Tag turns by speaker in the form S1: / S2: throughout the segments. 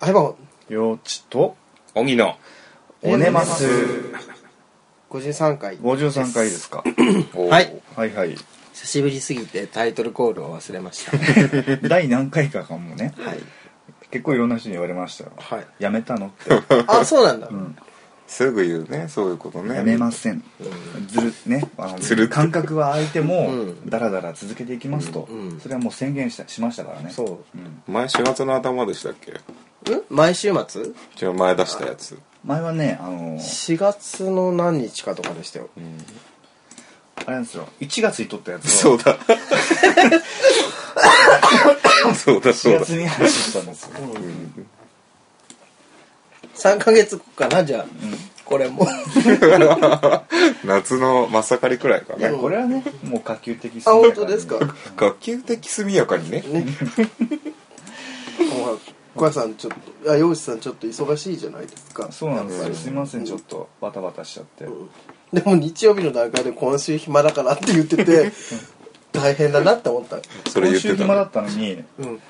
S1: 相葉
S2: よちと
S3: 荻野
S2: おねます
S1: 53回
S2: 53回ですか
S1: はい
S2: はいはい
S1: 久しぶりすぎてタイトルコールを忘れました
S2: 第何回かかもね
S1: はい、
S2: 結構いろんな人に言われましたよ
S1: はい、
S2: やめたのって
S1: あそうなんだ、
S3: すぐ言うねそういうことね
S2: やめませんずるねあ
S3: ずるっ
S2: の
S3: と
S2: 感覚は相手も
S1: うん
S2: ダラダラ続けていきますと
S1: うん
S2: それはもう宣言したしましたからね
S1: そ
S2: うん
S3: 前4月の頭でしたっけ
S1: う、ん、毎週末
S3: 一応前出したや つ
S2: 前はねあの
S1: 4月の何日かとかでしたよ
S2: あれなんですよ1月に撮ったやつ
S3: そうだ そうだそ
S2: 4
S3: うだ
S2: 月に話したんですよ
S1: 3ヶ月後かなじゃあ、これ も
S3: 夏の真っ盛りくらいか
S2: いや
S3: ね
S2: これはねもう可及的
S1: あ本当ですか
S2: 速や
S3: 学級的速やかにね
S1: ね小林さんちょっとあ陽一さんちょっと忙しいじゃないですか
S2: にそうなんです
S1: やっ
S2: よ
S1: ぱ
S2: すいませんちょっとバタバタしちゃって
S1: りでも日曜日の段階で今週暇だからって言って て大変だなって思った
S3: それ
S2: 今
S3: 言っ
S2: 週
S3: てた
S2: 暇だ
S3: の
S2: ったのに
S1: うん。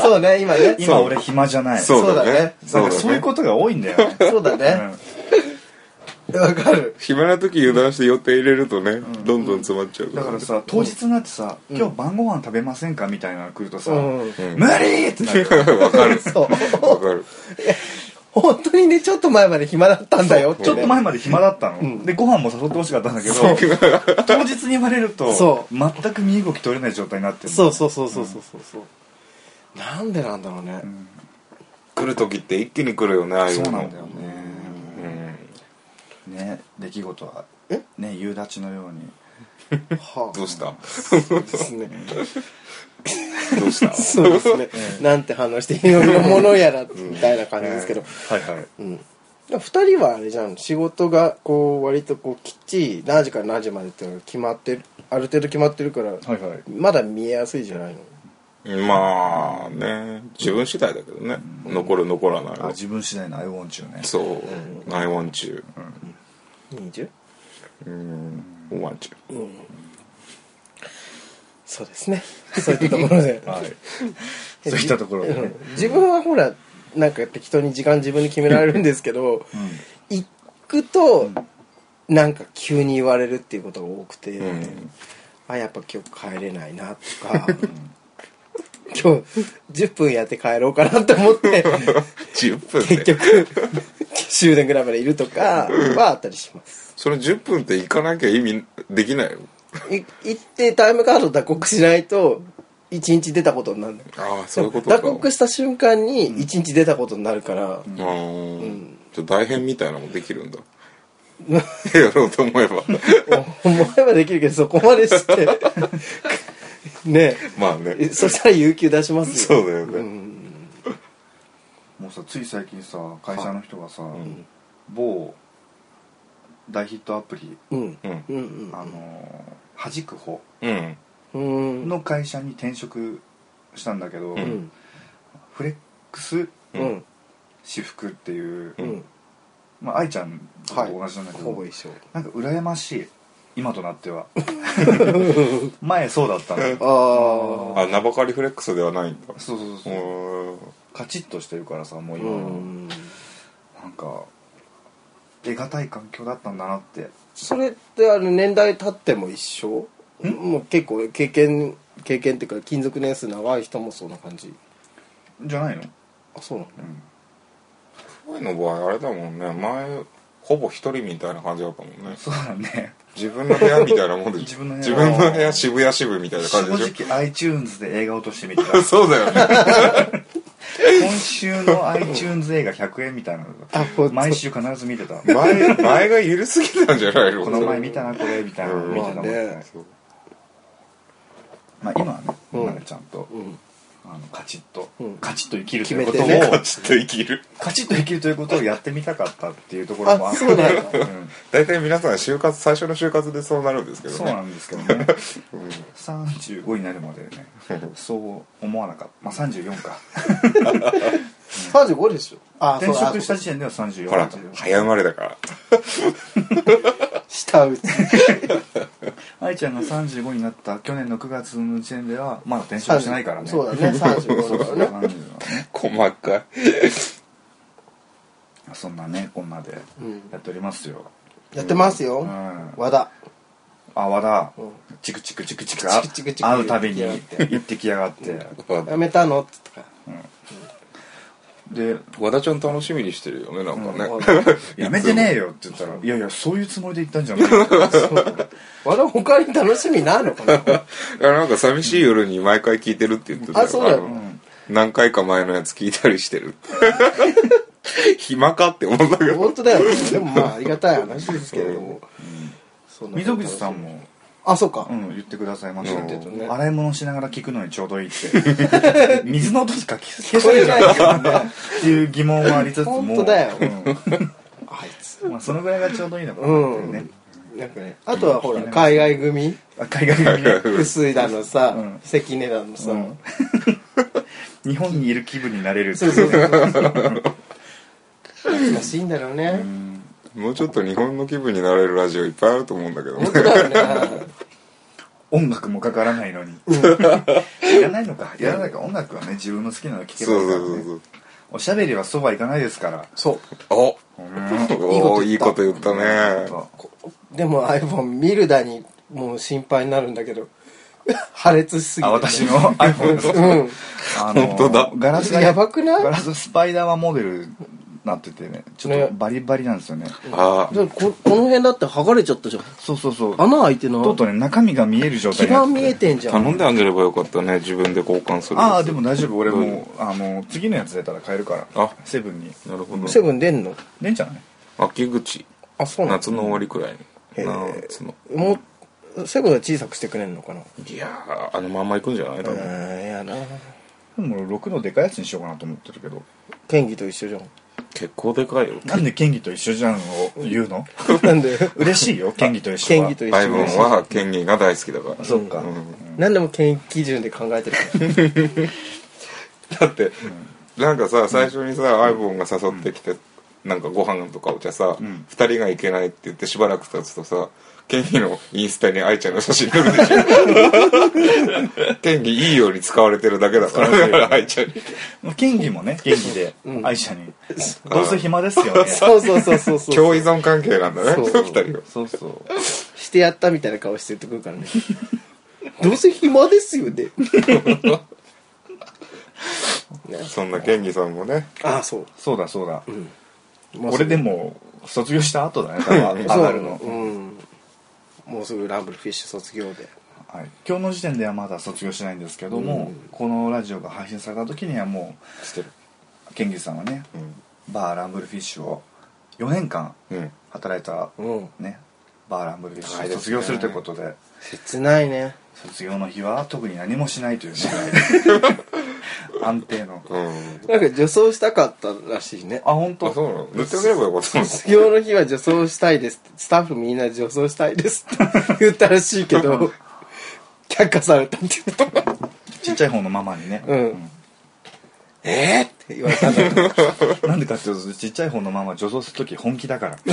S1: そうね、今ね。
S2: 今俺暇じゃない
S3: そうだね
S1: そ
S2: なんか
S3: そ
S2: そうういう
S3: だね
S2: ことが多いんだよ ね
S1: そうだね。わかる。
S3: 暇な時油断して予定入れるとねどんどん詰まっちゃう
S2: うんだから
S3: ね
S2: さ当日になってさ「今日晩ご飯食べませんか?」みたいなの来るとさ「
S1: うん
S2: 無理!」ってなるよ
S3: わかる
S1: そう。
S3: わかる
S1: 本当にね、ちょっと前まで暇だったんだよって、ね。
S2: ちょっと前まで暇だったのでご飯も誘ってほしかったんだけど当日に言われると
S1: そ
S2: 全く身動き取れない状態になってる
S1: そうそうそうそうそうそうそう。なんでなんだろうね。
S3: 来る時って一気に来るよねああいう
S2: そ
S3: の
S2: うなんだよね
S3: うん
S2: ね出来事はね夕立のように
S1: は
S3: どうした
S1: あ、ですね。
S3: どうし た
S1: そうですね。なんて話していいのものやらみたいな感じですけど。
S2: はいはい
S1: うん。2人はあれじゃん仕事がこう割とこうきっちり何時から何時までっていうのが決まってるある程度決まってるから、
S2: はいはい
S1: まだ見えやすいじゃないの
S3: まあね自分次第だけどね、残る残らない
S2: あ
S3: は
S2: 自分次第の I want you ね
S3: そう「I want you」
S1: 20?
S3: うん「I want you
S1: そうですねそういったところで
S2: はい そういったところで
S1: う
S2: ね
S1: ん自分はほらなんか適当に時間自分で決められるんですけど、行くと、なんか急に言われるっていうことが多くて、
S3: ん
S1: あやっぱ今日帰れないなとか今日10分やって帰ろうかなって思って
S3: 10分
S1: 結
S3: で
S1: 局終電ぐらいまでいるとかはあったりします
S3: その10分って行かなきゃ意味できないよ
S1: い行ってタイムカード打刻しないと1日出たことになる
S3: ああそういうことか
S1: 打刻した瞬間に一日出たことになるから、
S3: あーちょっと大変みたいなのもできるんだ やろうと思えば
S1: お前はできるけどそこまでしてね
S3: まあね
S1: えそしたら有給出します
S3: そ
S1: よ
S3: うだよね、
S2: もうさつい最近さ会社の人がさ、某大ヒットアプリ、
S1: うん
S3: うん
S1: うん
S2: あのー弾く方
S3: うん
S1: うんうん
S2: の会社に転職したんだけど、
S3: ん
S2: フレックス
S1: うん
S2: 私服っていう、
S1: うん
S2: まあ愛ちゃんと同じなんだけど、
S1: ほぼ一緒
S2: なんか羨ましい今となって は前そうだったのよ
S1: ああ
S3: あ名ばかりフレックスではないんだ
S2: そうそう
S3: う
S2: そう、
S3: ーん
S2: カチッとしてるからさもう
S1: う
S2: 今は、
S1: ん
S2: なんか得難い環境だったんだなって
S1: それってあの年代経っても一緒もう結構経験経験っていうか勤続年数長い人もそんな感じ
S2: じゃないの、
S1: あそうなの
S2: うん
S3: 声の場合あれだもんね前ほぼ一人みたいな感じだったもんね
S2: そうだね
S3: 自分の部屋みたいなもんで
S2: 自分の部屋
S3: 自分の部屋渋谷支部みたいな
S2: 正
S3: 感じでし
S2: 直 iTunes で映画落としてみたら
S3: ょ そうだよね
S2: 今週の iTunes 映画100円みたいなの
S1: あほんと
S2: 毎週必ず見てたこ
S3: 前前が緩すぎたんじゃないの
S2: の前見たなこれみたいなの見てた
S1: ま
S2: もん
S1: あね
S2: ね
S3: そう
S2: まあ今はね
S1: うん
S2: 今ねちゃんと
S1: うん
S2: あのカチッと
S1: うん
S2: カチッと生きるというこ
S1: 決めて
S2: と
S3: カ
S2: を
S3: チッと生きる
S2: カチッと生きるということをやってみたかったっていうところもあっ
S1: あ
S2: て
S1: そうなんだ
S2: うん
S3: 大体皆さん就活最初の就活でそうなるんですけどね
S2: そうなんですけどね35になるま でねそう思わなかったまあ34か
S1: 35でしょあ
S2: 転職したた時点では34
S3: ほら早生まれだ から
S1: 下打ち
S2: 愛ちゃんが35になった去年の9月の時点ではまだ転職してないからね
S1: そうだね35だからね
S2: 35
S3: 細かい
S2: そんなねこんなで
S1: うん
S2: やっておりますよ、
S1: やってますよ、
S2: うん
S1: 和田
S2: あ和田、
S1: うん
S2: チクチクチクチク
S1: チクチクチク
S2: 会うたびに行ってきやがって
S1: やめたのって言っ
S2: で
S3: 和田ちゃん楽しみにしてるよねなんかね、
S1: たから
S2: 「やめてねえよ」って言ったら「いやいやそういうつもりで行ったんじゃないよ」
S1: 和田他に楽しみないのかな
S3: いやなんか寂しい夜に毎回聞いてるって言ってた
S1: あそうなの
S3: の何回か前のやつ聞いたりしてる 暇かって思ったけど
S1: 本当だよねでもまあありがたい話ですけれども、そんな
S2: 溝口さんも、
S1: あそうか、
S2: うん、言ってくださいました
S3: うん
S2: け
S3: 言
S1: ってたね
S2: ど洗い物しながら聞くのにちょうどいいって 水の音しか消せないじゃないかねっていう疑問はありつつも
S1: 本当だよ
S2: うん
S1: あいつ
S2: まあ、そのぐらいがちょうどいいのかなっていうね、
S1: なんかねあとはほら海外組
S2: あ海外組ね
S1: 薄いだのさ、
S2: うん
S1: 関根だのさ、
S2: うん日本にいる気分になれるって
S1: そう
S2: い
S1: そううそう懐かしいんだろうね、
S2: うん
S3: もうちょっと日本の気分になれるラジオいっぱいあると思うんだけどね
S1: 本当だよね
S2: 音楽もかからないのにいらないのかいらないか音楽はね自分の好きなの聴けば
S3: そ
S2: いういから、
S3: そ
S2: ね、
S3: うそう
S2: おしゃべりはそうはいかないですから
S1: そう
S3: そう
S2: うん
S3: おおいいこと言ったね
S1: でも iPhone 見るだにもう心配になるんだけど 破裂しすぎて
S2: あ
S1: ね、
S2: 私の iPhone です
S1: うん
S2: あの
S3: 本当だ
S2: ガラスが
S1: やばくない
S2: ガラススパイダーマンモデルなっててねちょっとバリバリなんですよね
S3: あ
S1: でもここの辺だって剥がれちゃったじゃん
S2: そうそうそう
S1: 穴開いてない
S2: とうとうね中身が見える状態
S1: 基
S2: になっ
S1: 板
S2: てて
S1: 見えてんじゃん
S3: 頼んであげればよかったね自分で交換するやつ
S2: ああでも大丈夫俺もうあの次のやつ出たら買えるから
S3: あ
S2: セブンに
S3: なるほど
S1: セブン出んの
S2: ねんじゃない
S3: 秋口
S1: あそうなの
S3: 夏の終わりくらいに
S1: へー
S3: 夏の
S1: もうセブンは小さくしてくれんのかない
S3: やーあのまんま行くんじゃない多
S1: う
S3: 分
S1: ーんやな
S2: でも俺6のでかいやつにしようかなと思ってるけど
S1: 県議と一緒じゃん
S3: 結構でかいよ
S2: なんで県議と一緒じゃんを言 うの
S1: なんで
S2: 嬉しいよ県議と一緒
S1: 県
S2: は
S1: 議と一
S3: バイ
S1: 緒
S3: ブン
S1: で
S3: は権限が大好きだから
S2: そうか、
S1: 何でも県基準で考えてるから
S3: だって、なんかさ最初にさ、アイボンが誘ってきて、なんかご飯とかお茶さ、二
S2: ん
S3: 人が行けないって言ってしばらく経つとさケンギのインスタに愛ちゃんの写真載るでし ょケンギいいように使われてるだけだからだから愛ちゃんに
S2: 県議もね県議で
S1: うん
S2: 愛車に「どうせ暇ですよね」
S1: そうそうそうそうそう
S3: 共依存関係なんだね
S1: そう
S3: 二人は
S2: そうそう
S1: してやったみたいな顔して言ってくるからね どうせ暇ですよ ね
S3: そんなケンギさんもね
S1: ああそう、
S2: そうだそうだ、
S1: まあ
S2: 俺でも卒業した後だね多分 上
S1: そう
S2: がるの、
S1: うんもうすぐランブルフィッシュ卒業で
S2: はい、今日の時点ではまだ卒業してないんですけども、このラジオが配信された時にはも
S3: してる
S2: うケンギさんはねバーランブルフィッシュを4年間
S3: うん、うん、
S2: 働いた、
S1: うん
S2: ねバーランブルフィッシ
S3: は
S2: ュ
S3: い
S2: を卒業するということで
S1: 切ないね
S2: 卒業の日は特に何もしないというね 安定の
S3: うん、
S1: なんか女装したかったらしいね
S2: あ本
S3: あ
S2: 当
S3: そうなの塗ってあげればよかったの
S1: 卒業の日は女装したいですってスタッフみんな女装したいですって 言ったらしいけど却下されたって言った
S2: ちっちゃい方のママにね、
S1: うんえーって言われたんだけ ど
S2: なんでかっていうとちっちゃい方のママ女装する時本気だから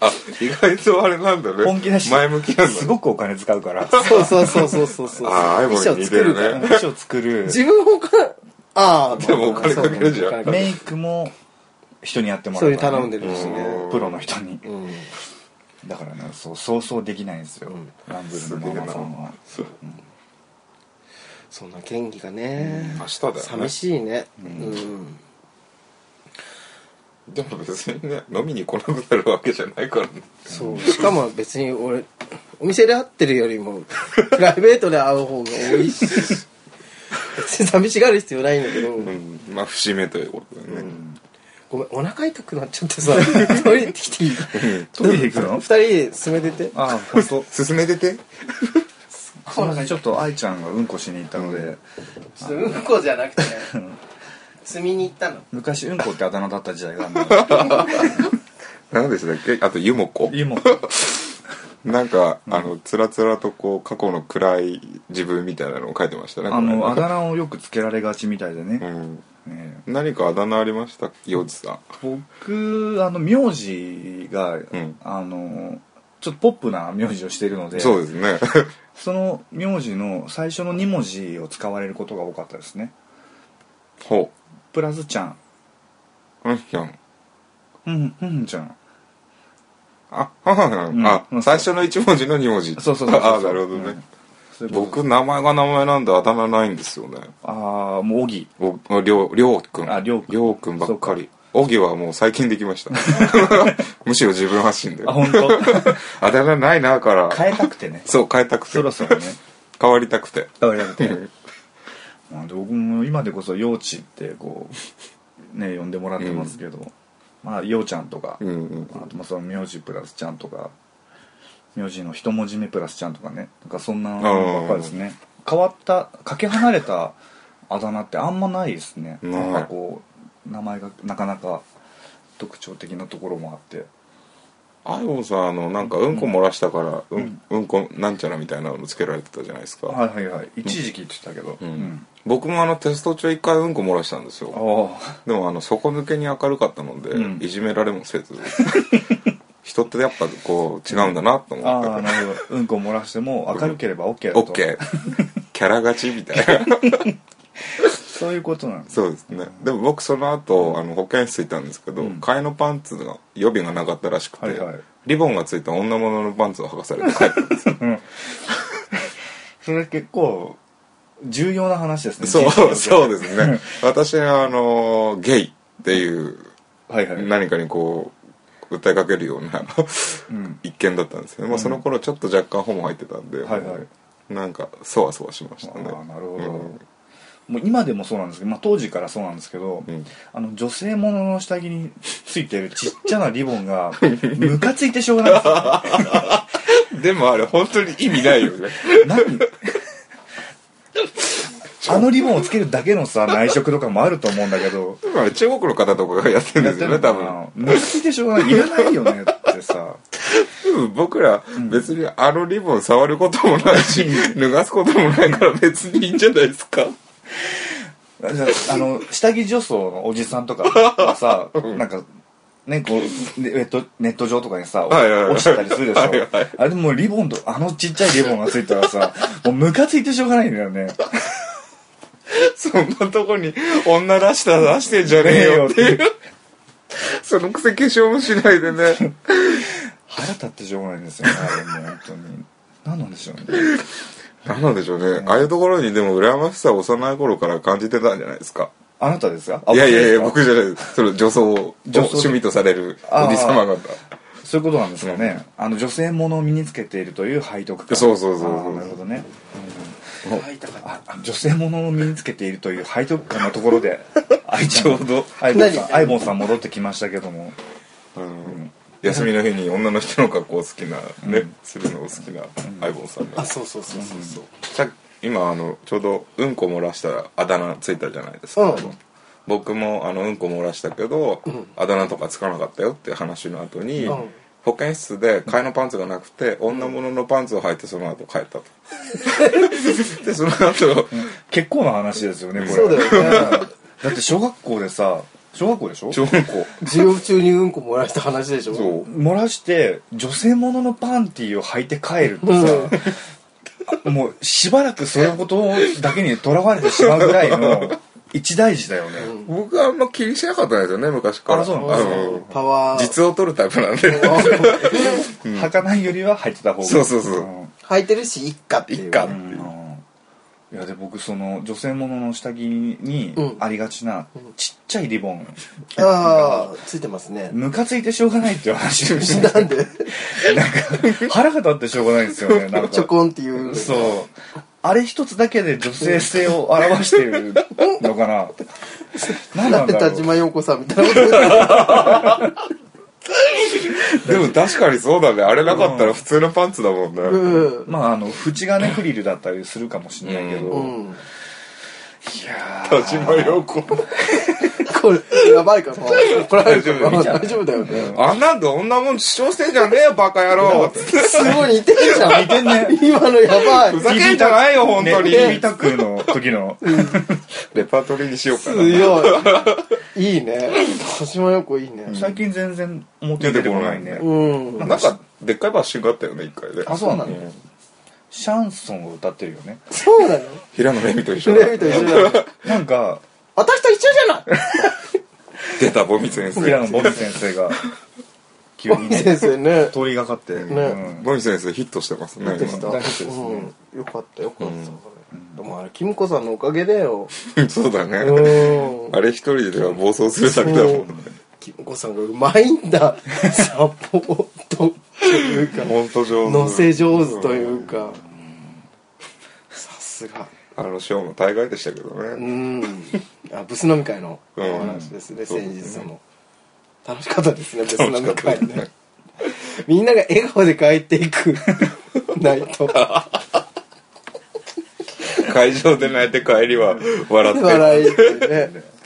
S3: あ意外とあれなんだね
S2: 本気だし
S3: 前向きなんだ
S2: す
S3: ね
S2: ごくお金使う から
S1: そうそうそうそうそうそう
S3: ああアイボンに似てるね
S2: 衣装作る
S1: 自分ほかああ
S3: でもお金かけるじ
S1: そ
S3: ゃん
S1: うねお金かける
S2: メイクも人にやってもら
S1: そう
S2: う
S1: いう
S2: から
S1: 頼
S2: ね
S1: んでるしね
S2: プロの人に
S1: うん
S2: だからねそうそうそうできないんですよ、ランブルのママさんは
S1: そんな権利がね
S3: 明日だよね
S1: 寂しいねうん
S3: でも別にね飲みに来なくなるわけじゃないからね
S1: そうしかも別に俺お店で会ってるより もプライベートで会う方が多いし別に寂しがる必要ないんだけど
S3: うんまあ節目ということでね、
S1: ごめんお腹痛くなっちゃってさトイレ行ってきていい
S2: トイレ行く
S1: 二
S2: の
S1: 人で進めてて
S2: ああ本当
S3: 進めてて
S2: すいませんちょっと愛ちゃんがうんこしに行ったので、
S1: ちょっとうんこじゃなくてね積みに行ったの
S2: 昔うんこってあだ名だった時代があるんだ けど
S3: 何でしたっけあと湯もこ
S2: いいもん
S3: なんか、あのつらつらとこう過去の暗い自分みたいなのを書いてましたね
S2: あのあ
S3: これ
S2: だ名をよくつけられがちみたいでね、
S3: うん、
S2: ね
S3: 何かあだ名ありました幼児さん
S2: 僕あの名字が、
S3: ん
S2: あのちょっとポップな名字をしているので
S3: そうですね
S2: その名字の最初の2文字を使われることが多かったですね
S3: ほ
S2: プラスちゃん
S3: うんひょん
S2: うんうんちゃん
S3: あははは
S2: うん
S3: んあ最初の1文字の2文字
S2: そうそうそうそう
S3: ああなるほどね、
S2: そういうこと
S3: 僕名前が名前なんであだ名ないんですよね
S2: ああもうオギ
S3: おりょうりょうくん
S2: ありょうくん
S3: りょうくんばっかりオギはもう最近できました むしろ自分発信で
S2: あ本当
S3: あだ名ないなから
S2: 変えたくてね
S3: そう変えたくて
S2: そろそろね
S3: 変わりたくて
S2: 変わりたくて まあで僕も今でこそ「ようち」ってこうね呼んでもらってますけど、まあようちゃんとか、
S3: うんうん
S2: あとまあその名字プラスちゃんとか名字の一文字目プラスちゃんとかねなんかそんなのばっかりですね変わったかけ離れた あだ名ってあんまないですね
S3: ない
S2: なんかこう名前がなかなか特徴的なところもあって
S3: あいぼさあのなんかうんこ漏らしたからうんうんこなんちゃらみたいなのつけられてたじゃないです
S2: は
S3: か
S2: いはいはい一時期って言ってたけど、
S3: うん
S2: うん
S3: 僕もあのテスト中一回うんこ漏らしたんですよ
S2: あ
S3: でもあの底抜けに明るかったので
S2: うん
S3: いじめられもせ ず人ってやっぱこう違うんだな
S2: あ
S3: と思って
S2: ああなるほどうんこ漏らしても明るければ OK だと、
S3: オッケー キャラ勝ちみたいな
S2: そういうことなんです
S3: そうですねでも僕その後あの保健室行ったんですけど、
S2: うん
S3: 替えのパンツの予備がなかったらしくて、
S2: はいはい
S3: リボンがついた女物のパンツを剥がされて帰っ たんですよ
S2: それ結構重要な話ですね
S3: そうそうですすね私はあのゲイっていう
S2: はいはい
S3: 何かにこう訴えかけるような
S2: うん
S3: 一見だったんですよね、まあ、その頃ちょっと若干ホモ入ってたんで、
S2: はいはい
S3: なんかそわそわしましたね
S2: ああなるほど、もう今でもそうなんですけど、まあ、当時からそうなんですけど、
S3: うん
S2: あの女性ものの下着についてるちっちゃなリボン がムカついてしょうがないですよ
S3: うんでもあれ本当に意味ないよね
S2: 何 あのリボンをつけるだけのさ内職とかもあると思うんだけど
S3: あれ中国の方とかがやってるんですよね多分
S2: ムカついてしょうがないいらないよねってさ
S3: うん僕ら別にあのリボン触ることもないし、脱がすこともないから別にいいんじゃないですか。
S2: あの下着女装のおじさんとかは さなんかねこうネネットネット上とかにさ
S3: はいはいはい
S2: 落ちてたりするでしょ、
S3: はいはい
S2: あれでもうリボンとあのちっちゃいリボンがついたら さもうムカついてしょうがないんだよね
S3: そんなとこに女らしさ出してんじゃねえよっていう。そのくせ化粧もしないで ね。
S2: 腹立ってしょうがないんですよねあれもう本当に何なんでしょうね
S3: なんなんでしょうね。ああいうところにでも羨ましさを幼い頃から感じてたんじゃないですか。
S2: あなたですか
S3: いやいやいや、
S2: あ
S3: 僕じゃないです。その女装を
S2: 女装で
S3: 趣味とされるおじ様方。
S2: そういうことなんですかね、あの女性ものを身につけているという背徳感
S3: そうそうそうそう
S2: あーなるほどね
S1: 会いたかった
S2: あ女性ものを身につけているという背徳感のところ でち
S3: ょうど
S2: アイボンさん
S1: 何
S2: アイボンさん戻ってきましたけども
S3: あの休みの日に女の人の格好を好きな、ね、するのを好きな相棒さんが
S1: あ。そうそうそうそうそう
S3: さっき今あのちょうどうんこ漏らしたらあだ名ついたじゃないですか、
S1: うん
S3: 僕もあのうんこ漏らしたけど、あだ名とかつかなかったよって話の後に、
S1: うん
S3: 保健室で替えのパンツがなくて女物のパンツを履いてその後帰ったとでその後、
S2: 結構な話ですよねこれ
S1: そうだよね
S2: だって小学校でさ小学校でしょ
S3: 小学校
S1: 授業中にうんこ漏らした話でしょ
S3: そう
S2: 漏らして女性もののパンティーを履いて帰るってさ、もうしばらくそういうことだけにとらわれてしまうぐらいの一大事だよね、
S3: 僕はあんま気にしなかったんですよね昔から
S2: あそうなんだ
S1: あ
S3: の
S1: パワー
S3: 実を取るタイプなんで
S2: 履かないよりは履いてた方が
S3: そうそうそうん
S1: 履いてるしいっかっていう
S3: いっか
S1: うん
S2: いやで僕その女性ものの下着に
S1: うん
S2: ありがちなちっちゃいリボン
S1: ああついてますね
S2: ムカついてしょうがないっていう話をし て
S1: なんで
S2: なんか腹が立ってしょうがないんですよねなん
S1: ちょ
S2: か
S1: こんっていう
S2: そうあれ一つだけで女性性を表してるのかな何
S1: だっ
S2: なん
S1: て
S2: だ
S1: 田
S2: ろう
S1: 島陽子さんみたいなこと
S3: でも確かにそうだねあれなかったら普通のパンツだもんね、
S1: うん
S2: まああの縁がねフリルだったりするかもしれないけど、
S1: う
S2: い
S1: ん
S2: やー
S3: 田島陽子
S1: これやばいかな怒られるかな
S2: 大丈夫
S1: 大丈夫だよね
S3: あんなんで女もん主張してんじゃねえよバカ野郎
S1: すごい似てるじゃん
S2: 似てんね
S1: 今のやばい
S3: ふざけんじゃないよ本当に、
S2: ね、ビタクの時の
S3: レパートリーにしようかな
S1: 強いいいね田島陽子いいね
S2: 最近全然表に出てこないね
S1: うん
S3: なんかでっかいバッシングあったよね一回で
S2: あそうなの、
S3: ん
S2: シャンソンを歌ってるよね
S1: そうだよ
S3: 平野レミと一緒だ
S1: レミと一緒だよ
S2: なんか
S1: 私と一緒じゃない
S3: 出たボミ先
S2: 僕らの
S3: 生
S2: ボビー先生が急に ね
S1: 先生ね
S2: 通りがかって、うん
S3: ボミ先生ヒットしてますね
S1: でした、
S2: 大ヒットですね
S1: うん、よかったよかった、でもあれキムコさんのおかげだよ
S3: 今そうだ
S1: う
S3: ね
S1: ん
S3: あれ一人では暴走するだけだもんね
S1: キムコさんがうまいんだサポートというか
S3: 本当上手
S1: 乗せ上手というかさすが
S3: あのショーも大概でしたけど
S1: う
S3: ね
S1: んあブス飲み会のお
S3: うん
S1: 話ですね、
S3: そうで
S1: 先
S3: す
S1: 日そ
S3: ね
S1: の楽しかったですねブス飲み
S3: 楽しかった
S1: 会
S3: です
S1: ね
S3: ね
S1: みんなが笑顔で帰っていくナイト
S3: 会場で泣いて帰りは笑って
S1: 笑いってね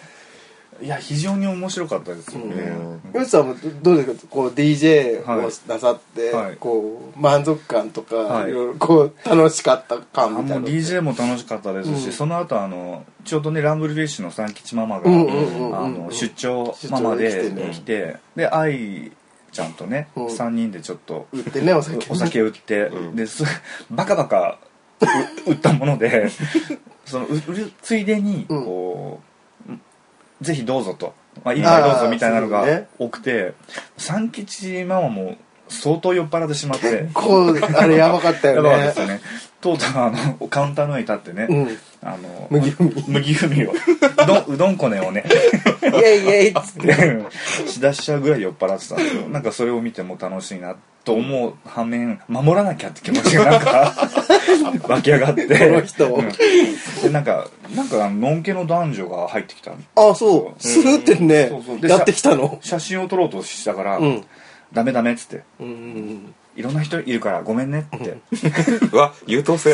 S2: いや非常に面白かったですよね、
S1: ヨシさんもどうですかこう DJ
S2: はい
S1: をなさって、
S2: はい
S1: こう満足感とか、
S2: はい
S1: い、ろいろこう楽しかった
S2: あ
S1: 感みた
S2: も
S1: いうな
S2: DJ も楽しかったですし、
S1: うん
S2: その後あのちょうどねランブルフィッシュの三吉ママが、
S1: うんうんうんうん
S2: あの出張ママ
S1: 出
S2: で
S1: 張で来てね
S2: 来てで愛ちゃんとね、
S1: う
S2: 三
S1: ん
S2: 3人でちょっと
S1: 売ってねお酒
S2: お酒売って、ですバカバカう 売ったものでそのう売るついでに
S1: うん
S2: こう、ぜひどうぞと、まあ、いい杯どうぞみたいなの
S1: あーそう
S2: が
S1: ね
S2: 多くて、三吉ママも相当酔っ払ってしまって。
S1: こうあれやばかった
S2: や
S1: よ
S2: ばかった
S1: ね
S2: ですよね。とうとうあのカウンターの上に立ってね、
S1: うん
S2: あの
S1: 麦踏み
S2: 麦踏みをうどんうどんこねをね
S1: イエイイエイっつって
S2: で しだしちゃうぐらい酔っ払ってたんですよなんかそれを見ても楽しいなと思う反面守らなきゃって気持ちがなんか 湧き上がってこ
S1: の人を
S2: でなんかなんかあののんけの男女が入ってきた
S1: あそうスーってね
S2: そうそうで
S1: やってきたの
S2: 写真を撮ろうとしたから、
S1: うん
S2: ダメダメっつって
S1: うんうん
S2: いろんな人いるからごめんねって
S3: うわ優等生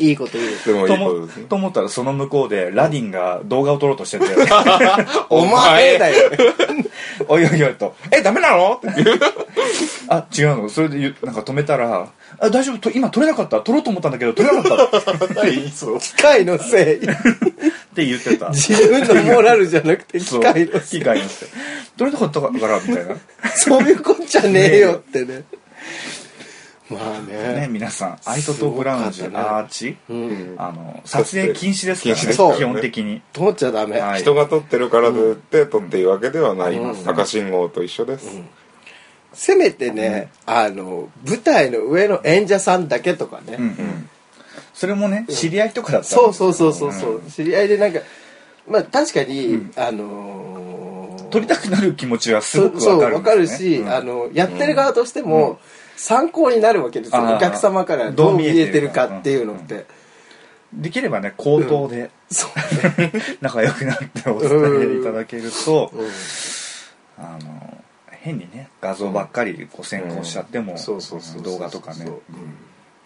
S1: いいこと言う
S3: でもい
S2: と
S3: いこと
S2: 思
S3: ですね
S2: と思ったらその向こうでラディンが動画を撮ろうとしてて
S1: お前だよ
S2: おいおいおいと「えダメなの?」 ってあ違うのそれで言うなんか止めたら「あ大丈夫と今撮れなかった撮ろうと思ったんだけど撮れなかった」っ
S1: 機械のせい
S2: て言って た
S1: 自分のモラルじゃなくて機
S2: そう
S1: 械のせい
S2: 機械にして撮れなかったからみたいな
S1: そういうこっちゃねえよってねまあね
S2: ね皆さんアイトとグラウンジア
S1: すごかったね
S2: ーチ、
S1: うん
S2: あの撮影禁止ですか
S3: 禁止
S1: で
S2: ら、ね、
S1: すからね
S2: 基本的に
S1: 通っちゃダメ、
S2: はい
S3: 人が撮ってるからといって撮っていいわけではない赤信号と一緒です
S1: せめてね、あの舞台の上の演者さんだけとかね、
S2: うんうんそれもね知り合いとかだったら
S1: そうそうそうそうそう、知り合いでなんかまあ確かに、あのー
S2: 撮りたくなる気持ちはす
S1: そ
S2: ご
S1: う
S2: く
S1: そ
S2: わ
S1: う
S2: かる
S1: わ
S2: ん
S1: か
S2: ですね
S1: るし、
S2: うん
S1: あのやってる側としても、参考になるわけです
S2: あー
S1: よお客様から
S2: ど
S1: ど
S2: う
S1: う
S2: 見
S1: 見
S2: え
S1: え
S2: て
S1: て
S2: る
S1: る
S2: か
S1: かっていうのって、
S2: できればね口頭で、
S1: そう
S2: 仲良くなってお伝えいただけると、あの変にね画像ばっかりこう先行しちゃっても、
S1: そうそうそうそう
S2: 動画とかね
S1: そう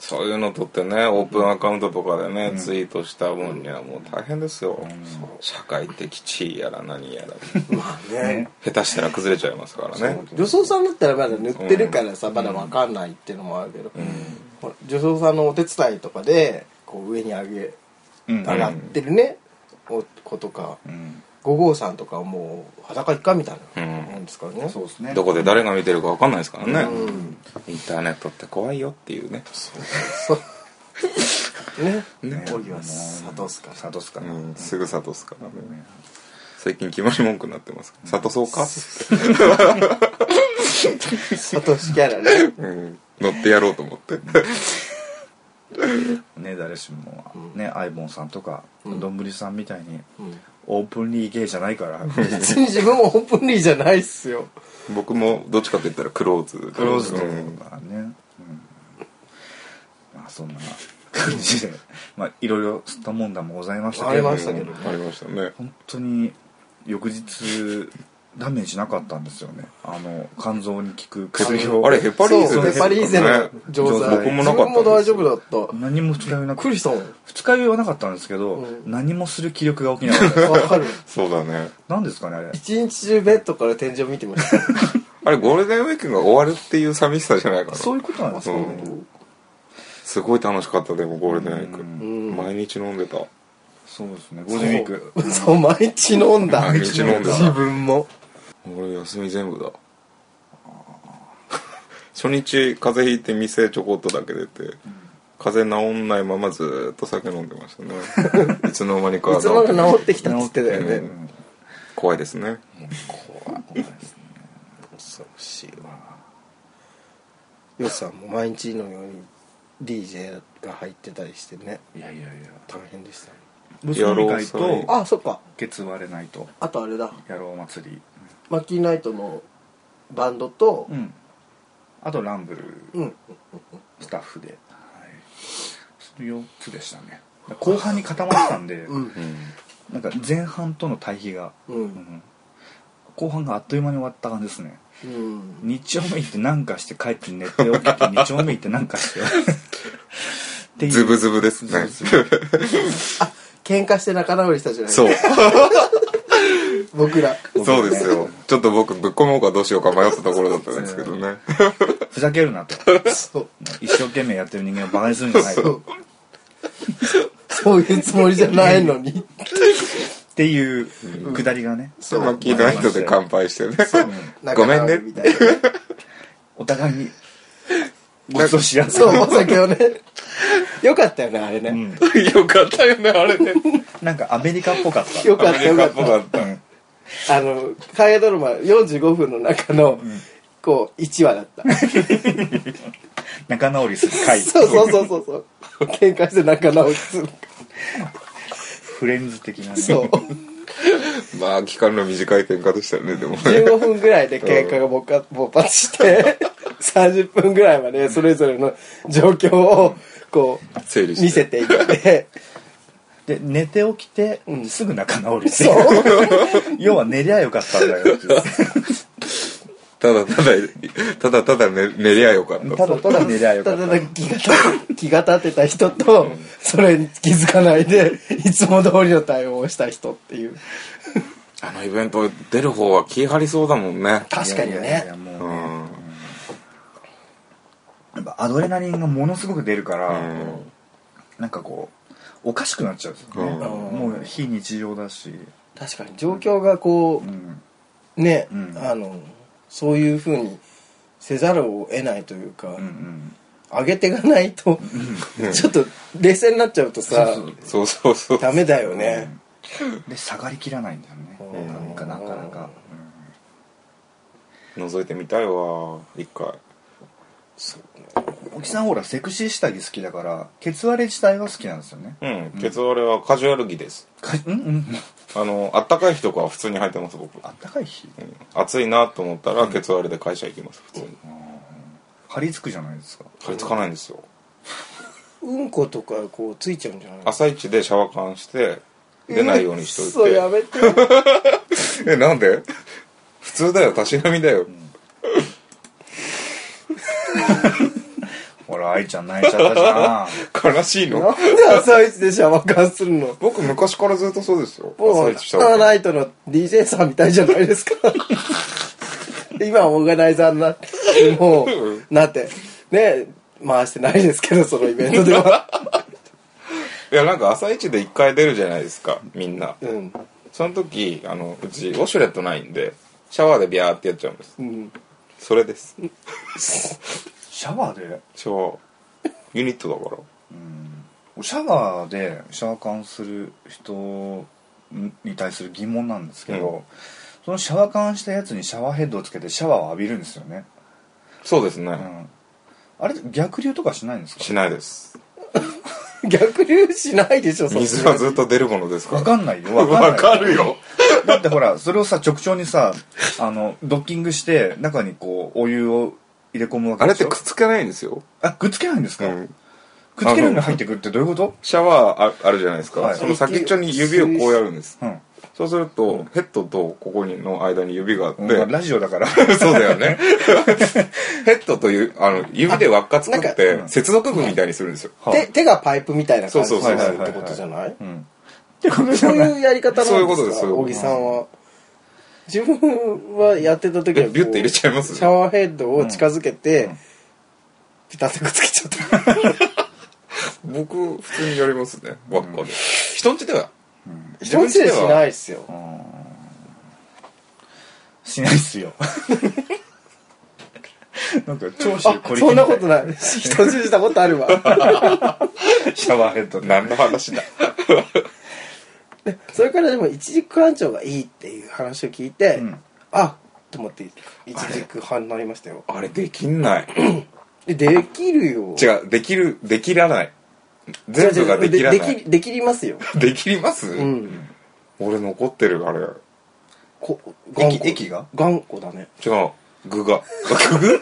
S3: そういうの撮ってねオープンアカウントとかでね、ツイートしたもんにはもう大変ですよ、社会的地位やら何やら
S1: まあね
S2: ね
S3: 下手したら崩れちゃいますからね
S1: 女装さんだったらまだ塗ってるからさ、まだわかんないっていうのもあるけど、ほら女装さんのお手伝いとかでこう上に上げ
S2: うん
S1: 上がってるね、お子とか
S2: うん
S1: 五号さんとかはもう裸一貫みたいな
S3: うん
S1: もんですからね、
S2: そうですね
S3: どこで誰が見てるか分かんないですからね、
S1: うん
S3: インターネットって怖いよっていうね
S1: そうね
S2: ね
S1: 荻は諭すから
S2: 諭すか
S3: う
S2: ら、
S3: ん、すぐ諭すからね最近決まり文句になってますから諭そうか、
S1: 諭しキャラ ね
S3: うん、乗ってやろうと思って
S2: ね誰しもねアイボンさんとかどんぶりさんみたいに、
S1: ん
S2: オープンリーゲイじゃないから
S1: 別に自分もオープンリーじゃないっすよ
S3: 僕もどっちかって言ったらクローズ
S2: クローズド
S3: うん
S2: だからね、うんまあそんな感じでまあいろいろ吸ったもんだもございましたけ
S1: あ
S2: れ
S1: り
S2: ども
S1: ましたけどね
S3: うんありましたね
S2: 本当に翌日ダメージなかったんですよねあの肝臓に効く薬を
S3: あれヘパリーゼ
S1: そうヘパリーゼの錠剤
S2: 僕
S3: もなかったんです
S1: 自
S3: よ
S1: 分も大丈夫だったび
S2: 何も二日酔いな
S1: っ
S2: く
S1: くりしたもん
S2: 二日酔いはなかったんですけど、
S1: うん
S2: 何もする気力が起きなかったです
S1: わかる
S3: そうだね
S2: 何ですかねあれ
S1: 一日中ベッドから天井見てました
S3: あれゴールデンウィークが終わるっていう寂しさじゃないかな
S2: そういうことなんですかね、
S3: うんすごい楽しかったでもゴールデンウィーク
S1: ん
S3: 毎日飲んでた
S2: そうですねゴールデンウィーク
S1: そうそう毎日飲んだ
S3: 毎日飲んでた
S1: 自分も
S3: 俺休み全部だ初日風邪ひいて店ちょこっとだけ出て風邪治んないままずーっと酒飲んでましたねいつの間にか
S1: いつも
S3: て
S1: が治ってきたっつってたよ
S3: う
S1: ね
S3: ん怖いですね
S1: 怖い恐ろしいわよさんも毎日のように DJ が入ってたりしてね
S2: いやいやいや
S1: 大変でしたね
S2: 武装理解
S3: 野郎祭り
S2: と
S1: あそっか
S2: ケツ割れないと
S1: あとあれだ
S2: 野郎祭り
S1: マッキーナイトのバンドと
S2: うんあとランブル
S1: うん
S2: スタッフで、はい、その4つでしたね後半に固まってたんで、
S1: うん
S2: なんか前半との対比が、
S1: う
S2: うんん後半があっという間に終わった感じですね
S1: うん
S2: 2丁目行ってなんかして帰って寝て起きて2丁目行ってなんかしてっていう
S3: ズブズブです
S2: ズ
S3: ね
S2: ブズブ
S1: 喧嘩して仲直りしたじゃない
S3: そう
S1: 僕ら
S3: そうですよちょっと僕ぶっ込もうかどうしようか迷ったところだったんですけどね
S2: ふざけるなと
S1: そう
S2: 一生懸命やってる人間をバカにするんじゃない
S1: そ
S2: と
S1: うそういうつもりじゃないのに
S2: っていうくだりがね、
S3: でマッキーナイトで乾杯してね ごめん
S1: 仲
S3: ね
S1: 直りみたいな
S2: お互いにごちそうしやすい
S1: そうお酒をねよかったよねあれね
S3: よかったよねあれね
S2: なんかアメリカっぽかっ た
S1: よか
S3: ア
S1: っ
S3: メ
S1: たよ
S3: リカ
S1: かっ
S3: っぽかった
S1: たあの海外ドラマ45分の中のこう1話だった
S2: 仲直りする会
S1: そうそうそうそう そう喧嘩して仲直りする
S2: フレンズ的なね
S1: そう
S3: まあ期間の短い喧嘩でしたねでもね
S1: 15分ぐらいで喧嘩が勃発勃発 して30分ぐらいまでそれぞれの状況をこ
S3: 整
S1: う
S3: 理して
S1: 見せていって
S2: で寝て起きて、
S1: うん
S2: すぐ仲直りして
S1: そう
S2: 要は寝りゃよかったんだよっていう
S3: ただただただただね練りゃよかった
S2: ただただ寝りゃよか
S1: た
S2: っ
S1: だただ気が立て気が立てた人とそれに気づかないでいつも通りの対応をした人っていう
S3: あのイベント出る方は気張りそうだもんね
S2: た
S1: 確かに
S2: いやいやいや
S1: ね
S2: もう
S3: う
S2: ね
S3: ん
S2: やっぱアドレナリンがものすごく出るから、
S3: うん
S2: なんかこうおかしくなっちゃうんですよね、
S3: うん
S2: もう非日常だし、
S1: 確かに状況がこ
S2: うん、
S1: うね
S2: うん
S1: あのそういうふうにせざるを得ないというか
S2: うんうん
S1: 上げてがないと ちょっと冷静になっちゃうとさ
S2: そう
S3: そうそうそう
S1: ダメだよね
S2: で下がりきらないんだよね、
S1: うん
S2: なんかなかなか、
S3: 覗いてみたいわ一回
S2: うん、おじさんほらセクシー下着好きだからケツ割れ自体は好きなんですよね
S3: うんケツ割れはカジュアル着です
S2: かうんうん
S3: あのあったかい日とかは普通に履いてます僕
S2: あったかい日
S3: うん暑いなと思ったらケツ割れで会社行きます普通に
S2: 張り付くじゃないですか
S3: 張り付かないんですよ
S1: うんことかこうついちゃうんじゃない
S3: 朝一でシャワー缶して出ないようにしと
S1: そうや
S3: い
S1: めて
S3: てえなんで普通だよたしなみだよ
S2: ほら愛ちゃん泣いちゃったじゃん
S3: 悲しい
S1: な
S3: の
S1: んで朝一でシャワーカンするの
S3: 僕昔からずっとそうですよ
S1: も
S3: 朝
S1: う
S3: 一シ
S1: タ
S3: ャワー
S1: ー
S3: 缶
S1: ナイトの DJ さんみたいじゃないです か今オーガナイザーになってもうなってね回してないですけどそのイベントで は
S3: いやなんか朝一で一回出るじゃないですかみんな
S1: うん
S3: その時あのうちウォシュレットないんでシャワーでビャーってやっちゃうんです
S1: うん
S3: それです
S2: シャワーで
S3: シャワーユニットだから
S2: シャワーでシャワー感する人に対する疑問なんですけど、
S3: う
S2: そのシャワー感したやつにシャワーヘッドをつけてシャワーを浴びるんですよね、
S3: そうですね、
S2: うん、あれ逆流とかしないんですか
S3: しないです
S1: 逆流しないでしょそんな
S3: 水はずっと出るものですか
S2: わ
S3: ら
S2: かんない よわかんない
S3: わかるよ
S2: だってほらそれをさ直腸にさあのドッキングして中にこうお湯を入れ込むわ
S3: あ
S2: け
S3: れっ
S2: でしてょ
S3: くっつけないんですよ、
S2: あくっつけないんです
S3: う
S2: か、
S3: ん、
S2: くっつけるのに入ってくるってどういうこと
S3: シャワーああるじゃないですか、
S2: はい
S3: その先っちょに指をこうやるんです
S2: うん
S3: そうするとヘッドとここにの間に指があって、
S2: まあラジオだ から
S3: そうだよねヘッドというあの指で輪っか作っ
S2: なん
S3: て
S2: か
S3: 接続部みたいにするんですよ
S1: 手手がパイプみたいな感じに
S3: そうそう
S1: な
S3: そう
S1: るってことじゃない
S2: うんってこと じ
S1: そ
S2: ゃ
S1: う
S2: ない
S1: いうやり方なんですか
S3: そういうことですそういうこと
S1: 小木さんは自分はやってた時は
S3: えビュッて入れちゃいます
S1: こうシャワーヘッドを近づけて、ピタッとくっつけちゃ った
S3: 僕普通にやりますね輪っかで、人んちでは
S1: 人んちでしないっすよ
S2: しないっすよなんか長州
S1: あ
S2: こり
S1: そんなことない人質したことあるわ
S2: シャワーヘッドで
S3: 何の話だ
S1: でそれからでも一軸班長がいいっていう話を聞いて、
S2: うん
S1: あと思って一軸班になりましたよ
S3: あれできんない
S1: でできるよ
S3: 違うできるできらない全部ができらな
S1: でで
S3: い
S1: きできりますよ、
S3: できります、
S1: うん、
S3: 俺残ってるあれ
S1: こ
S2: 駅駅が
S1: 頑固だね
S3: 違う具が具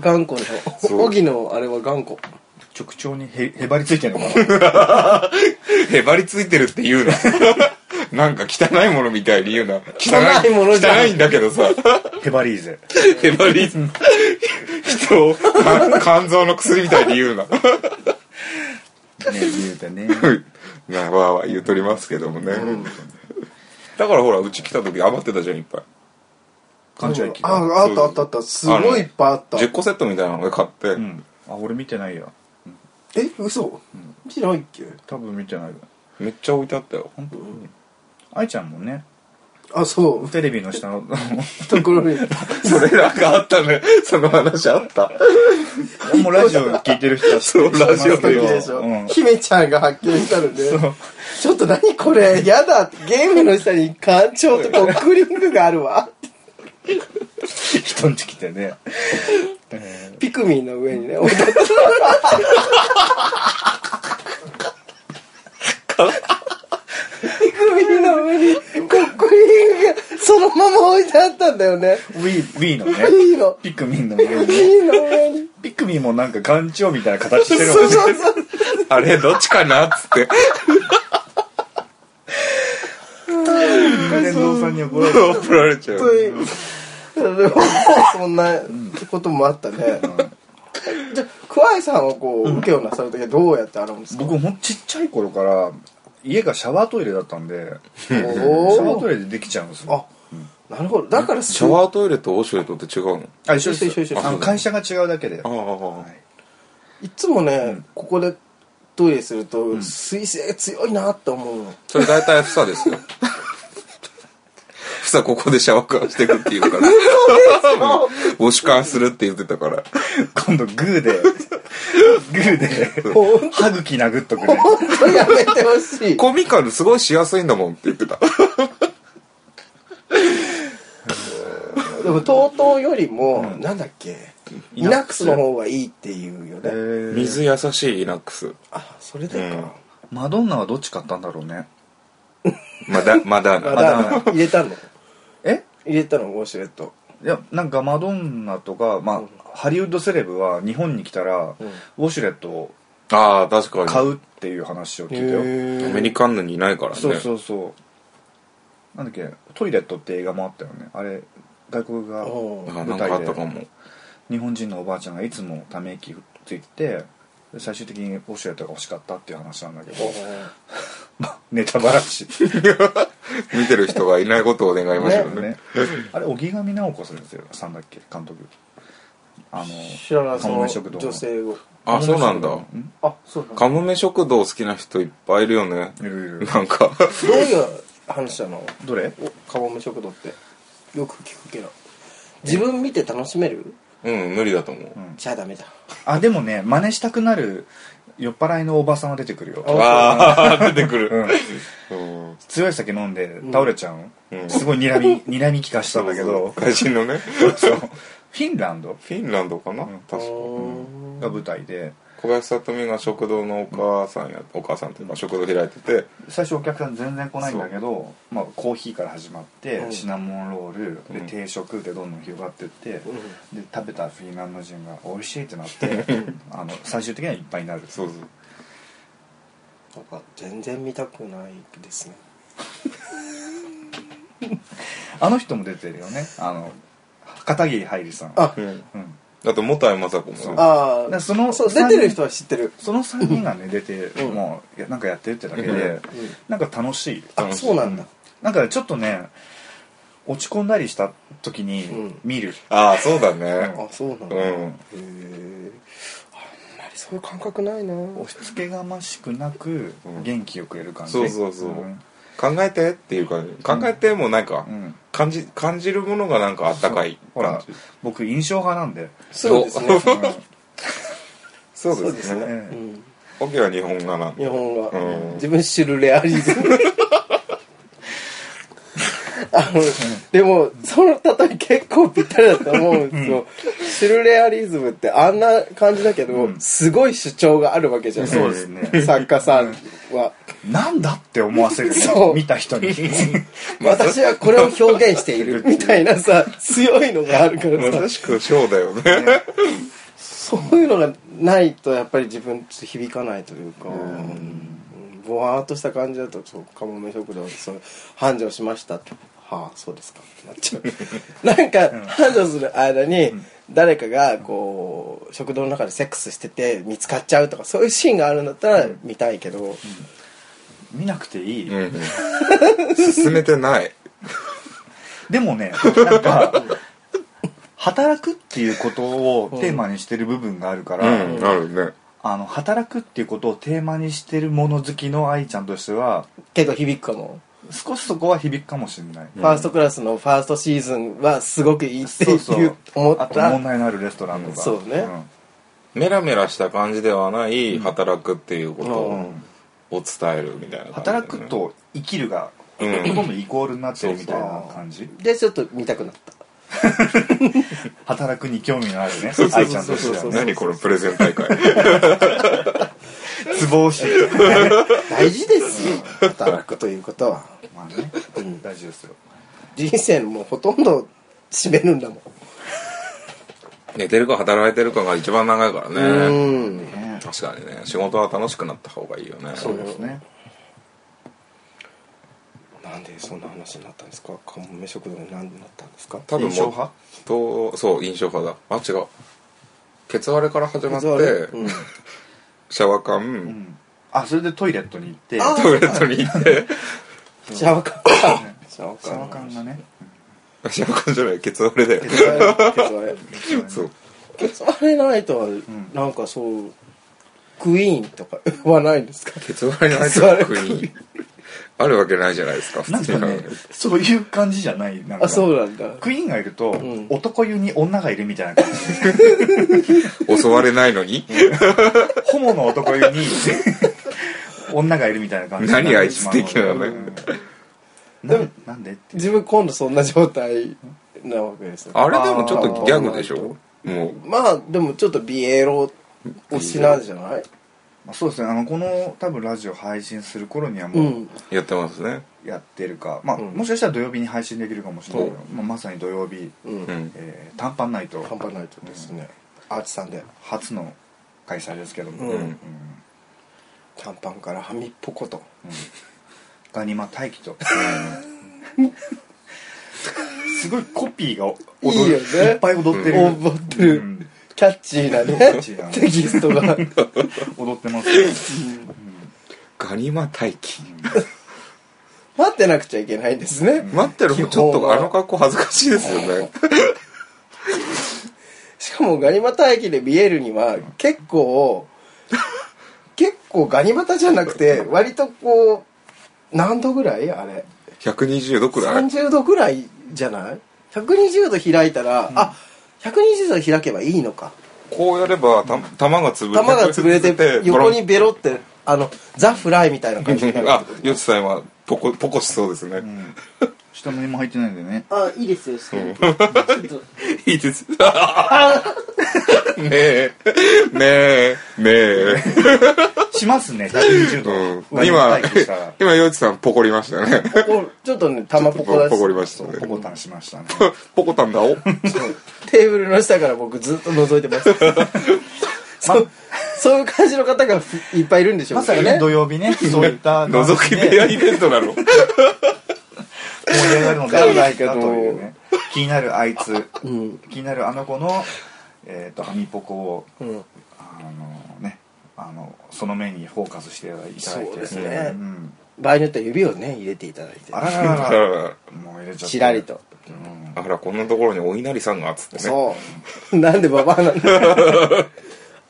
S1: 頑固でし
S3: そう
S1: ょ荻のあれは頑固
S2: 直腸にへへばりついてんの かな
S3: へばりついてるって言うななんか汚いものみたいに言うな汚
S1: 汚いものじゃん
S3: 汚いんだけどさ
S2: へばりーゼ
S3: へばり人をか肝臓の薬みたいに言うな
S2: ね言うてね
S3: なわーわー言うとりますけどもね、だからほらうち来た時余ってたじゃんいっぱい
S2: 感情駅
S1: あ
S2: が
S1: あったあったあったすごいいっぱいあった
S3: 10個セットみたいなので買って、
S2: うんあ俺見てないや
S1: え嘘見てないっけ
S2: 多分見てない
S3: めっちゃ置いてあったよ
S2: 本当愛ちゃんもね
S1: あそう
S2: テレビの下 のも
S1: ところに
S3: それなんかあったねその話あった
S2: うラジオ聞いてる人は
S3: そうラジオ
S1: 時
S3: で
S1: でしょ、
S2: うん
S1: 姫ちゃんが発見したので、ちょっと何これやだゲームの下に干潮とコックリングがあるわ
S2: 人んち来てね
S1: ピクミンの上に ね置いてあっピクミンの上に コックリングがそのまま置いてあったんだよね
S2: Wii Wii のね
S1: いいの
S2: ピクミンの上
S1: ピ
S2: に
S1: ク
S2: ね
S1: ミンの上に
S2: ピクミンもなんか眼鏡みたいな形してる
S1: そう
S2: もんね
S1: そうそう
S3: あれどっちかなっつって
S2: 天童さんに怒られる
S3: 怒られちゃ
S1: 本
S3: う
S1: 当にそんなこともあったね、じゃあ桑井さんはこう、受けをなさる時はどうやって洗うんですか
S2: 僕ほんちっちゃい頃から家がシャワートイレだったんでシ
S1: お
S2: ャワー
S1: ー
S2: トイレでできちゃうんですよ
S1: あなるほどだから
S3: シャワートイレとオシュレとって違うの
S2: あ一緒です
S1: 一緒一緒一緒
S2: あの会社が違うだけで
S3: ああ、
S1: いつもね、
S2: ん
S1: ここでトイレすると水性強いなって思 うの、
S3: それ大体房 ですよ房ここでシャワーカーしてくって言うからうん押し感するって言ってたから
S2: 今度グーで グーで
S1: ほん
S2: 歯茎殴っとくね
S1: 本当にやめてほしい
S3: コミカルすごいしやすいんだもんって言ってた
S1: でも TOTO よりも、なんだっけイナックスの方がいいっていうよね、
S3: 水優しいイナックス
S1: あそれでか、
S3: うん
S2: マドンナはどっち買ったんだろうね
S3: まだまだ
S1: ま
S3: な
S1: だ入れたの
S2: え
S1: 入れたのウォシュレット
S2: いやなんかマドンナとか、まあハリウッドセレブは日本に来たら、
S1: うん
S2: ウォシュレットを
S3: ああ確か
S2: 買
S3: に
S2: うっていう話を聞いたよ、
S1: へ
S3: ア
S1: ー
S3: メリカンのにいないからね
S2: そうそうそうなんだっけトイレットって映画もあったよねあれ外国が
S1: おう
S3: あなんかあったかも
S2: 日本人のおばあちゃんがいつもため息ついててで最終的にウォシュレットが欲しかったっていう話なんだけど ネタばら し
S3: 見てる人がいないことを願いましょうね
S2: ねあれ荻上直子さんですよさんだっけ監督あの
S1: 知らないそ
S2: カ
S1: の
S2: モメ食堂
S1: 女性を
S3: あそうなんだ
S2: ん
S1: あそうなんだ
S3: カモメ食堂好きな人いっぱいいるよね
S2: いるいる
S3: なんか
S1: どういう話なの
S2: どれ
S1: おカモメ食堂ってよく聞くけど自分見て楽しめる
S3: うん無理だと思う、
S2: ん
S1: じゃあダメだ
S2: あでもね真似したくなる酔っ払いのおばさんは出てくるよ
S3: ああ出てくる、うん
S2: 強い酒飲んで倒れちゃう、
S3: うん
S2: すごい睨み睨み聞かしたんだけ ど
S3: 外人のね
S2: そうフィンランド
S3: フィンランドかな、確か
S2: が舞台で
S3: 小林さとみが食堂のお母さんや、お母さんというか食堂開いてて
S2: 最初お客さん全然来ないんだけど、まあ、コーヒーから始まって、
S1: うん
S2: シナモンロールで
S3: うん
S2: 定食でどんどん広がってって、
S1: うん
S2: で食べたフィンランド人が美味しいってなってあの最終的にはいっぱいになる
S3: そうそう
S1: なんか全然見たくないですね
S2: あの人も出てるよねあの片桐はいりさん、
S1: あ
S3: うん
S2: うん、
S3: あと、もたいまさこもね。
S1: あ
S2: だ
S1: あ
S2: その
S1: そう出てる人は知ってる
S2: その3人がね出て、
S1: うん
S2: もういやなんかやってるってだけで、
S3: うん
S2: なんか楽しい
S1: あそうなんだ
S2: なんかちょっとね落ち込んだりした時
S1: う
S2: に
S1: ん
S2: 見る、
S3: ああ、そうだね。
S1: あそうなんだ
S3: うん
S1: へえあんまりそういう感覚ないな
S2: 押し付けがましくなく
S3: うん
S2: 元気よくやる感じ、
S3: そうそうそう。
S2: ん
S3: 考えてっていうか、考えてもないか
S2: う。ん
S3: 感じ感じるものがなんかあったかい
S2: ほ
S3: 感
S2: ら
S3: じ
S2: 僕印象派なんで、
S1: そうですね
S2: うん
S3: そう
S1: そう
S3: で
S1: ですす
S3: ね
S1: ね、
S2: え
S1: う
S2: え
S1: ん、
S3: オケは日本画なん
S1: 日
S3: で
S1: 本が、
S3: うん
S1: 自分シュルレアリズム あの、でもその例え結構ぴったりだと思うんですよ、シュルレアリズムってあんな感じだけど、
S2: うん
S1: すごい主張があるわけじゃない
S2: そうですね
S1: 作家さんは
S2: なんだって思わせるね
S1: そう
S2: 見た人に
S1: 私はこれを表現してい るみたいなさ強いのがあるから
S3: ま
S1: さ
S3: さしくショーだよね
S1: そういうのがないとやっぱり自分ちょっと響かないというか、うんぼわーっとした感じだとそうかもめ食堂でそれ繁盛しましたってはあそうですかってなっちゃう なんか繁盛する間に誰かがこう食堂の中でセックスしてて見つかっちゃうとかそういうシーンがあるんだったら見たいけど、
S2: 見なくていい、
S3: うんうん 進めてない
S2: でもねなんか働くっていうことをテーマにしてる部分があるか
S3: う
S2: ら、
S3: んあるね
S2: あの働くっていうことをテーマにしてるもの好きの愛ちゃんとしては
S1: けど響くかも、
S2: 少しそこは響くかもしれない、
S1: ファーストクラスのファーストシーズンはすごくいいって
S2: そ
S1: いう
S2: うそう
S1: 思っ
S2: あと
S1: た
S2: 問題のあるレストランとか、
S1: そうね
S3: メラメラした感じではない働くっていうこと
S2: うん
S3: をを伝えるみたいな感じだね、
S2: 働くと生きるがほ
S3: うん
S2: とんどイコールになってるみたいな感じ
S1: でちょっと見たくなった
S2: 働くに興味のあるね
S3: そうそう
S2: 愛ち
S3: そ
S2: ゃ
S3: うん
S2: としては
S3: そう
S2: ね
S3: 何このプレゼン大会
S2: つぼ押し
S1: 大事ですよ 働くということは
S2: まあね大事ですよ
S1: 人生のもうほとんど占めるんだもん
S3: 寝てるか働いてるかが一番長いから
S1: う
S3: ね
S1: ん
S2: ね
S3: 確かにね仕事は楽しくなった方がいいよね
S2: そうですね
S1: なんでそんな話になったんですかカモメ食堂に何になったんですか
S3: 多分
S2: 印象
S3: もう
S2: 派
S3: とそう印象派だあ違うケツ割れから始まって、
S1: うん、
S3: シャワー缶、
S2: うんあそれでトイレットに行って
S1: あ
S3: トイレットに行って
S1: シャワカンかシャワ
S2: サワ
S1: カ
S2: カ
S1: ン
S2: ンがね
S3: シャワー缶じゃないケツ割れだよね
S1: ケツ割れ
S3: そう
S1: ケツ割れないとはなんかそうクイーンとかはないんですか
S3: ケツ割れないとクイーンあるわけないじゃないですか
S2: な
S3: 普
S2: ん
S3: 通に
S2: か
S3: 考
S2: ね
S3: えて
S2: そういう感じじゃないなんか
S1: あそうなんだ
S2: クイーンがいると、
S1: ん
S2: 男湯に女がいるみたいな 感じ
S3: 襲われないのに
S2: ホモの男湯に 女がいるみたいな感じ
S3: 何あいつ的なね
S2: な
S1: でも
S2: なんでって
S1: 自分今度そんな状態なわけですよ
S3: あれでもちょっとギャグでしょもう
S1: まあでもちょっと美エロ推しなんじゃない
S2: まあそうですねあのこの多分ラジオ配信する頃には
S1: う
S2: もうん
S3: やってますね
S2: やってるか、まあ、
S1: うん
S2: もしかしたら土曜日に配信できるかもしれないけど、まあ、まさに土曜日、
S1: うん
S3: うん
S2: えー短パンナイト
S1: 半端ないとですね、アーチさんで
S2: 初の開催ですけども、
S1: うん
S2: うん
S1: 短パンからはみっぽこと
S2: ガニマ大輝とすごいコピーが
S1: いい
S2: 踊る
S1: よね
S2: いっぱい踊ってる、
S1: 踊ってる、
S2: うん
S1: キャッチーなね
S2: ッチーな
S1: テキスト が
S2: 踊ってますよ
S3: ガニマ待機
S1: 待ってなくちゃいけないんですね、
S3: 待ってるちょっ
S1: 基本
S3: と
S1: は
S3: あの格好恥ずかしいですよね
S1: しかもガニ股駅で見えるには結構結構ガニ股じゃなくて割とこう何度ぐらいあれ
S3: 120度くらい
S1: 30度ぐらいじゃない ?120 度開いたら、あ120度開けばいいのか
S3: こうやればた玉が潰れて
S1: 玉が潰れ て横にベロってあのザ・フライみたいな感じになる
S3: あよちさんはポコポコしそうですね、
S2: 下何も入ってないんでね
S1: あいいですよしてるちょっと
S3: いいです。 ねえ、ねえ、ねえ。
S2: しますね120度、
S3: う
S2: ガ
S3: ん、今
S2: ニマ大輝したら、
S3: 今、よちさんポコりましたよね。
S1: こうちょっとね玉ポコだし
S3: ポコりました
S2: ポ
S3: ね。
S2: コタンしましたね
S3: ポコたんだお。
S1: テーブルの下から僕ずっと覗いてま したそうそういう感じの方がふいっぱいいるんでしょ
S2: ま
S1: うか
S2: さに
S1: ね
S2: ね土曜日ねそういった感
S3: 覗
S2: じ
S3: き
S2: で
S3: 部屋イベントなの。
S2: 盛り上がるのではないかとい
S1: わかん
S2: う
S1: な
S2: ね気になるあいつ、
S1: ん
S2: 気になるあの子のえっ、とハミポコを
S1: うん
S2: あのねあのその目にフォーカスしていただいて
S1: そうですね
S2: うん、
S1: 場合によっては指をね入れていただいて
S2: あららら
S3: あ
S2: ら
S3: ら
S2: もう入れちゃった
S1: ちらりと、
S2: うん
S3: あら、こんなところにお稲荷さんがつってね。
S1: そうなんでババアなんだ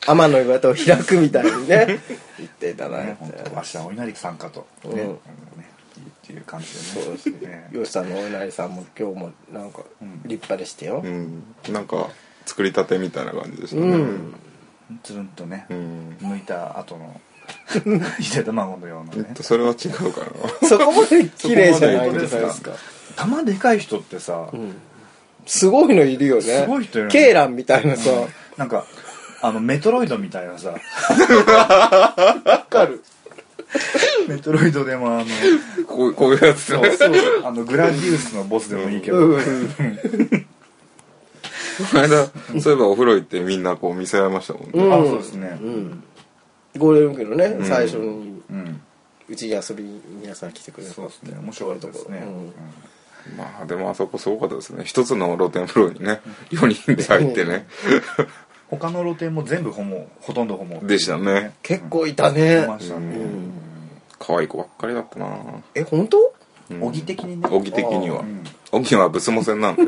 S1: 天の岩戸を開くみたいにね言っていただいて
S2: ね本当明日お稲荷さんかと、
S1: うん
S2: ねねっていう感じ
S1: そうです
S2: でね
S1: ね
S2: ね
S1: 吉さんのお稲荷さんも今日もなんか立派でしたよ、
S3: うんなんか作りたてみたいな感じでしたね
S1: うん
S2: つるんとね、
S3: うん
S2: 剥いた後の ゆで卵のような
S3: え
S2: ね
S3: っとそれは違うかな
S1: そこまで綺麗じゃないじゃないですか
S2: 玉でかい人ってさ、
S1: すごいのいるよね
S2: すごい人いる
S1: ケイランみたいなさ、
S2: なんかあのメトロイドみたいなさ
S1: わかる
S2: メトロイドでもあの
S3: こうこういうやつ
S2: そうそうあのグラディウスのボスでもいいけど、
S3: この 間そういえばお風呂行ってみんなこう見せられましたもんね
S2: あそうですね
S1: うんゴールデンウィークのね、最初に
S2: うん、
S1: うちに遊びに皆さん来てくれた
S2: そうですね面白かったですね、
S1: うん
S2: うん
S3: まあでもあそこすごかったですね一つの露天風呂にね4人 で入ってね
S2: 他の露店も全部ホモほとんどホモ
S3: でしたね
S1: 結構いたね
S2: いましたね、
S3: 可愛い子ばっかりだったな
S1: え本当
S2: 小木的にね
S3: 小木的に
S1: あ
S3: は
S2: ん
S3: 小木はブスモセンなんで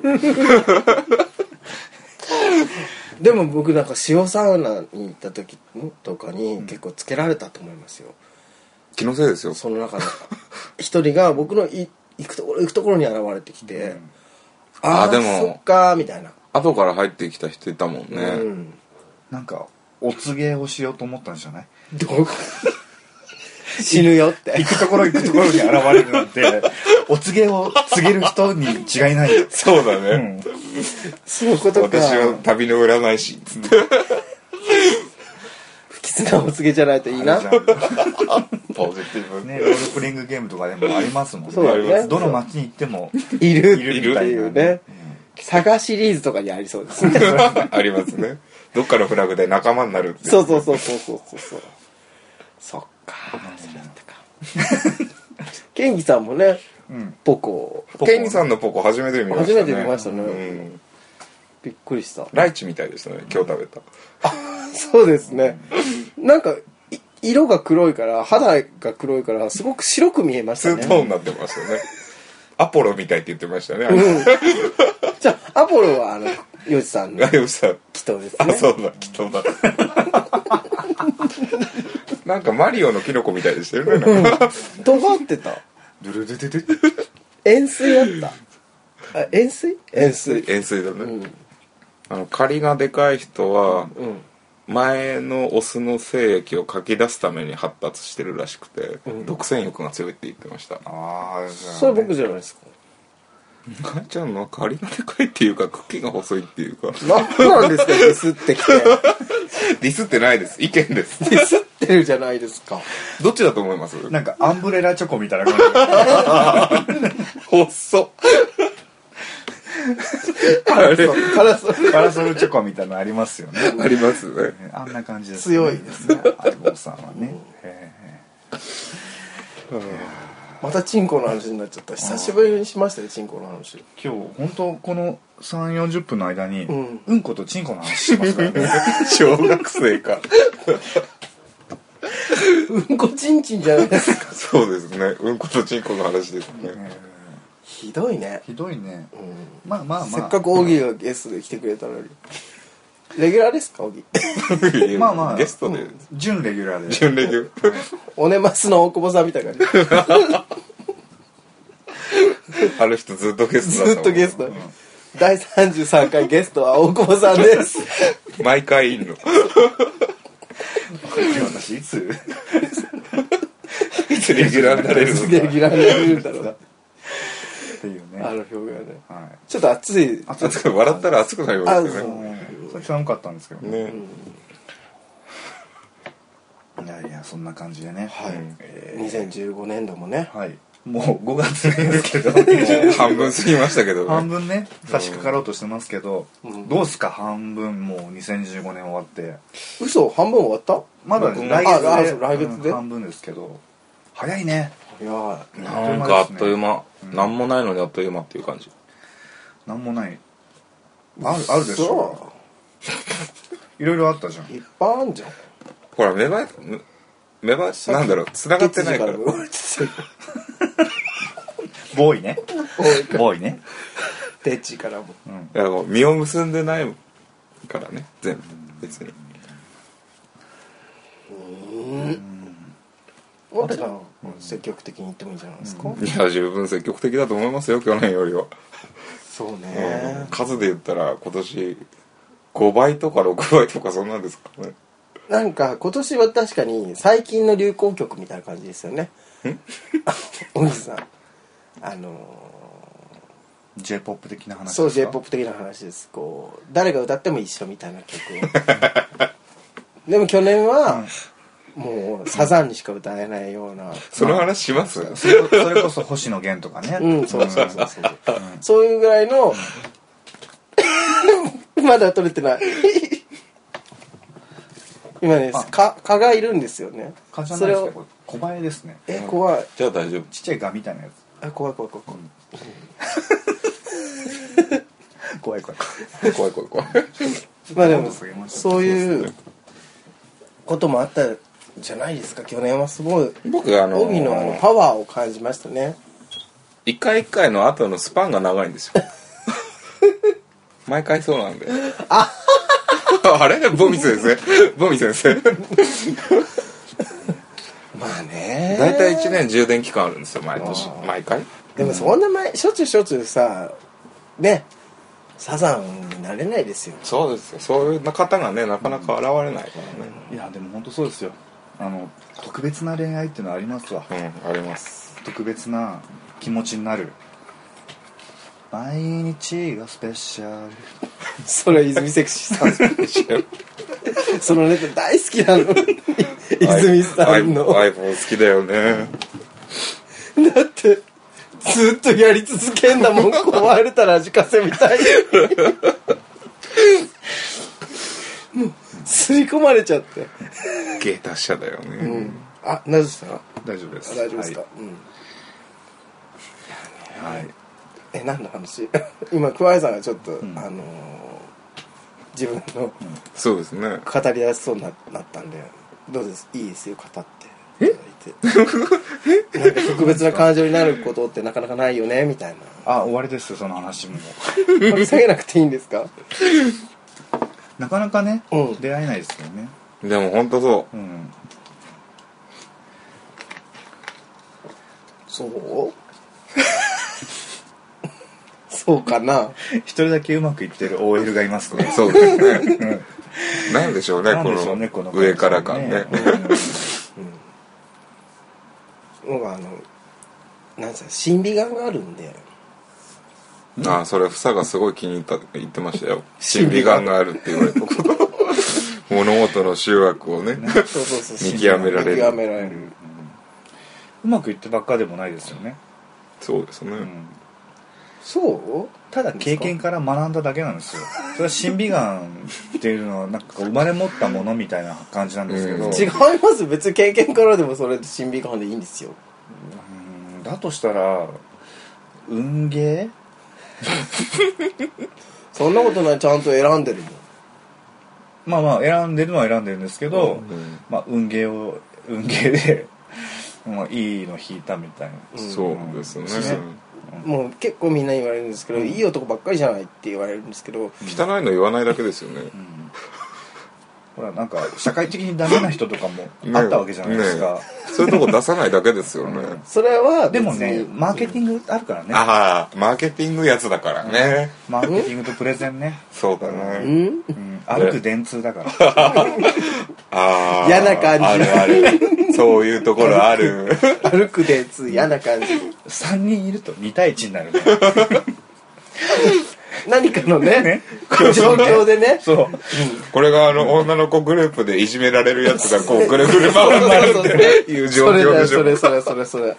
S1: でも僕なんか塩サウナに行った時とかに結構つけられたと思いますよ、
S3: 気のせいですよ
S1: その中で 一人が僕のい行くところ行くところに現れてきて、
S2: ん
S1: ああ
S3: あ
S1: で
S3: で
S1: も
S3: も
S1: そっかーみたいな、
S3: 後から入ってきた人いたもん
S1: う
S3: ね
S1: ん
S2: なんかお告げをしようと思ったんじゃない
S1: どこ 死ぬよって
S2: 行くところ行くところに現れるなんてお告げを告げる人に違 いないよ、
S3: そうだ
S2: う
S3: ね
S2: ん、
S1: そういうことか
S3: 私は旅の占い師つって
S1: 不吉なお告げじゃないといいな
S2: あれじゃん
S3: ポジティブ
S2: ね、ロールプレイングゲームとかでもありますもんね
S1: そうだね
S2: どの街に行っても
S1: いる
S2: いるみた
S1: って
S2: い
S1: い
S2: な
S1: うね探シリーズとかにありそうですね
S3: ありますねどっかのフラグで仲間になるって
S1: そうそうそうそうそうそうそうそっかそれだったかケンギさんもね、ポコ
S2: ポコ
S3: ケンジさんのポコ初めて見ましたね
S1: 初めて見ましたね
S3: うん
S1: びっくりした
S3: ライチみたいでしたね今日食べた
S1: そうですねなんかい色が黒いから肌が黒いからすごく白く見えまし
S3: ツ
S1: た
S3: ー
S1: ね
S3: トーンになってましたねアポロみたいって言ってましたねあれ
S1: じゃあアポロはあのヨジさんの
S3: ライブさん
S1: 祈祷です
S3: あ
S1: ね
S3: そうだきっとだなんかマリオのキノコみたいでしたよねなんか
S1: 尖ってた
S2: ドゥルドゥドゥ
S1: 円錐だったあ円錐円錐
S3: 円錐だね、
S1: ん
S3: あの仮がでかい人は
S1: うん
S3: 前のオスの精液をかき出すために発達してるらしくて、独占欲が強いって言ってました
S2: ああ
S1: それ僕じゃないですか
S3: 母ちゃんの仮がでかいっていうか茎が細いっていうか
S1: 何なんですかディスってきて
S3: ディスってないです意見です
S1: ディスってるじゃないですか
S3: どっちだと思います
S2: なんかアンブレラチョコみたいな感
S3: 細っあれ
S1: からそ
S2: じパラソルチョコみたいなのありますよね
S3: ありますね
S2: あんな感じです、
S1: 強いです
S2: ね 相棒さんはねへ
S1: またチンコの話になっちゃった久しぶりにしましたよチンコの話
S2: ー今日本当この3 4 0分の間に、うんん、ことチンコの話してますから ね
S3: 小学生か
S1: うんこちんちんじゃないですか
S3: そうですねうんことちんこの話ですね
S1: ひどいね、
S2: ひどいね
S1: うん
S2: まあまあま
S1: せ
S2: あ
S1: っかくオギーがゲストで来てくれたのにレギュラーですかオギー
S2: まあまあ
S3: ゲストで
S2: 準レギュラーで
S3: 準レギュ
S1: おねますの大久保さんみたいな感じ
S3: ある人ずっと ゲストだ
S1: ずっとゲスト第33回ゲストは大久保さんです
S3: ト毎回いんの
S2: 私いつ
S3: いつレギュラーになれるの
S1: レギュラーになれるんだ ろうな
S2: っていうね
S1: あの表がね
S2: はい
S1: ちょっと暑い
S2: あと
S3: 熱く笑ったら熱くなります
S1: あそ
S3: よ
S1: う
S3: ね
S2: さっき寒かったんですけどね
S3: ね
S2: いやいやそんな感じでね
S1: はい
S3: うん
S1: えー2015年度もね
S2: はいもう5月で すけど
S3: 半分過ぎましたけ ど
S2: 半
S3: ね
S2: 分ね差し掛かろうとしてますけど、
S1: うん
S2: どうすか半分もう2015年終わって
S1: 嘘半分終わった
S2: まだ
S3: 僕
S2: ね
S3: も
S2: 来月で
S1: ああそう来月で
S2: うん半分ですけど早いね
S1: いや
S3: なんかあっという間
S2: うん
S3: なんもないのにあっという間っていう感じ
S2: なんもないあるあるでしょいろいろあったじゃん
S1: いっぱいあんじゃん
S3: ほら芽生え芽生えなんだろう繋がってないから
S2: ボーイねボーイね
S1: テッチからも
S3: いやもう身を結んでないからね全部別に
S1: もっとさ積極的に言ってもいいんじゃないですか、
S3: いや十分積極的だと思いますよ去年よりは、
S1: そうね、
S3: 数で言ったら今年5倍とか6倍とかそんなんですかね
S1: なんか今年は確かに最近の流行曲みたいな感じですよねおじさんあの
S2: j p o p 的な話
S1: ー
S2: ですか
S1: そう j p o p 的な話ですこう誰が歌っても一緒みたいな曲を でも去年はもうサザンにしか歌えないような
S3: その話します
S2: それこそれこそ星野源とかね、
S1: うん、そうそうそう そう。そういうぐらいの、 まだ取れてない。今ね、蚊蚊がいるんですよね。
S2: 蚊じゃ
S1: そ
S2: ない
S1: れ
S2: ですね
S1: を
S2: こ、れ小映えですね
S1: え、怖い。
S3: じゃあ大丈夫
S2: ちっちゃいガみたいなやつ
S1: あ、怖い怖い怖い怖い。
S2: 怖い怖い
S3: 怖い怖い怖い
S1: まあでも
S2: そうですね、
S1: そういうこともあったんじゃないですか。去年はすごい、
S3: 僕あの
S1: 帯のあのパワーを感じましたね。
S3: 一回一回の後のスパンが長いんです よ毎回そうなんで ああれボミ先生ボミ先生
S1: まあね。
S3: 大体1年充電期間あるんですよ毎年毎回
S1: でもそんな前、しょっちゅうしょっちゅうさ、ね、サザンになれないですよ。
S3: そうですよそういう方がねなかなか現れないからね
S2: いやでも本当そうですよあの特別な恋愛っていうのはありますわ
S3: うんあります
S2: 特別な気持ちになる毎日がスペシャル
S1: それ泉セクシーさん そのネタ大好きなの泉さんの
S3: iPhone 好きだよね
S1: だってずっとやり続けんだ もん壊れたら味かせみたいにもう 吸い込まれちゃって
S3: 芸達者だよね、
S1: あなぜですか
S2: 大丈夫です
S1: 大丈夫ですか、
S2: は
S1: うん
S2: い、はい
S1: え何の話 今桑井さんがちょっと、
S2: ん
S1: あのー自分の
S3: そうです
S1: 語
S3: ね
S1: りやすそうにななったんでどうですいいですよ語ってえなんか特別な感情になることってなかなかないよねみたいな
S2: あ終わりですよその話も
S1: 掘り下げなくていいんですか
S2: なかなかね、
S1: うん
S2: 出会えないですよね
S3: でも本当そ
S2: うん
S1: そう そうかな
S2: 一人だけうまくいってる OL がいます
S3: う
S2: ね
S3: そうですねなんでしょうね
S2: なん
S3: こ
S2: でしょうねこ
S3: の
S2: の
S3: 上から感ね
S1: 僕はあのなんですか審美眼があるん で
S3: ああそれ房がすごい気に入ったって言ってましたよ審美眼があるって言われたこと物事の集約をね
S1: そうそうそう
S3: 見極められる
S1: 見極められる
S2: うまくいってばっかでもないですよね、
S3: そうですね、
S2: うん、
S1: そう
S2: ただ経験から学んだだけなんですよそれは審美眼っていうのはなんかこう生まれ持ったものみたいな感じなんですけど、
S3: うん
S1: 違います別に経験からでもそれ審美眼でいいんですよ
S2: うんだとしたら運ゲー
S1: そんなことないちゃんと選んでるもん
S2: まあまあ選んでるのは選んでるんですけど、
S3: うん
S2: まあ運ゲーを 運ゲーで、まあ、いいの引いたみたいな、
S1: うん
S3: そうですね、
S1: もう結構みんな言われるんですけど、いい男ばっかりじゃないって言われるんですけど、
S3: 汚いの言わないだけですよね、
S2: ほらなんか社会的にダメな人とかもあったわけじゃないですか、
S3: ねえそういうとこ出さないだけですよね、
S1: それは
S2: で
S1: 別に
S2: もねマーケティングあるからね
S3: ああマーケティングやつだからね、
S2: マーケティングとプレゼンね、
S3: そうだ
S1: う
S3: ね、
S1: ん
S2: うん、歩く電通だから
S3: ああ
S1: 嫌な感じ
S3: あるあるそういうところある
S1: 歩くでつ嫌な感じ
S2: 3人いると2対1になるね
S1: 何かのね
S2: ね
S1: 状況でね
S2: そう
S3: これがあの女の子グループでいじめられるやつがこうぐるぐる回るっていう状
S1: それ
S3: 況
S1: だ
S3: で
S1: よ
S3: し
S1: そ
S3: ょ
S1: れそれそれそれ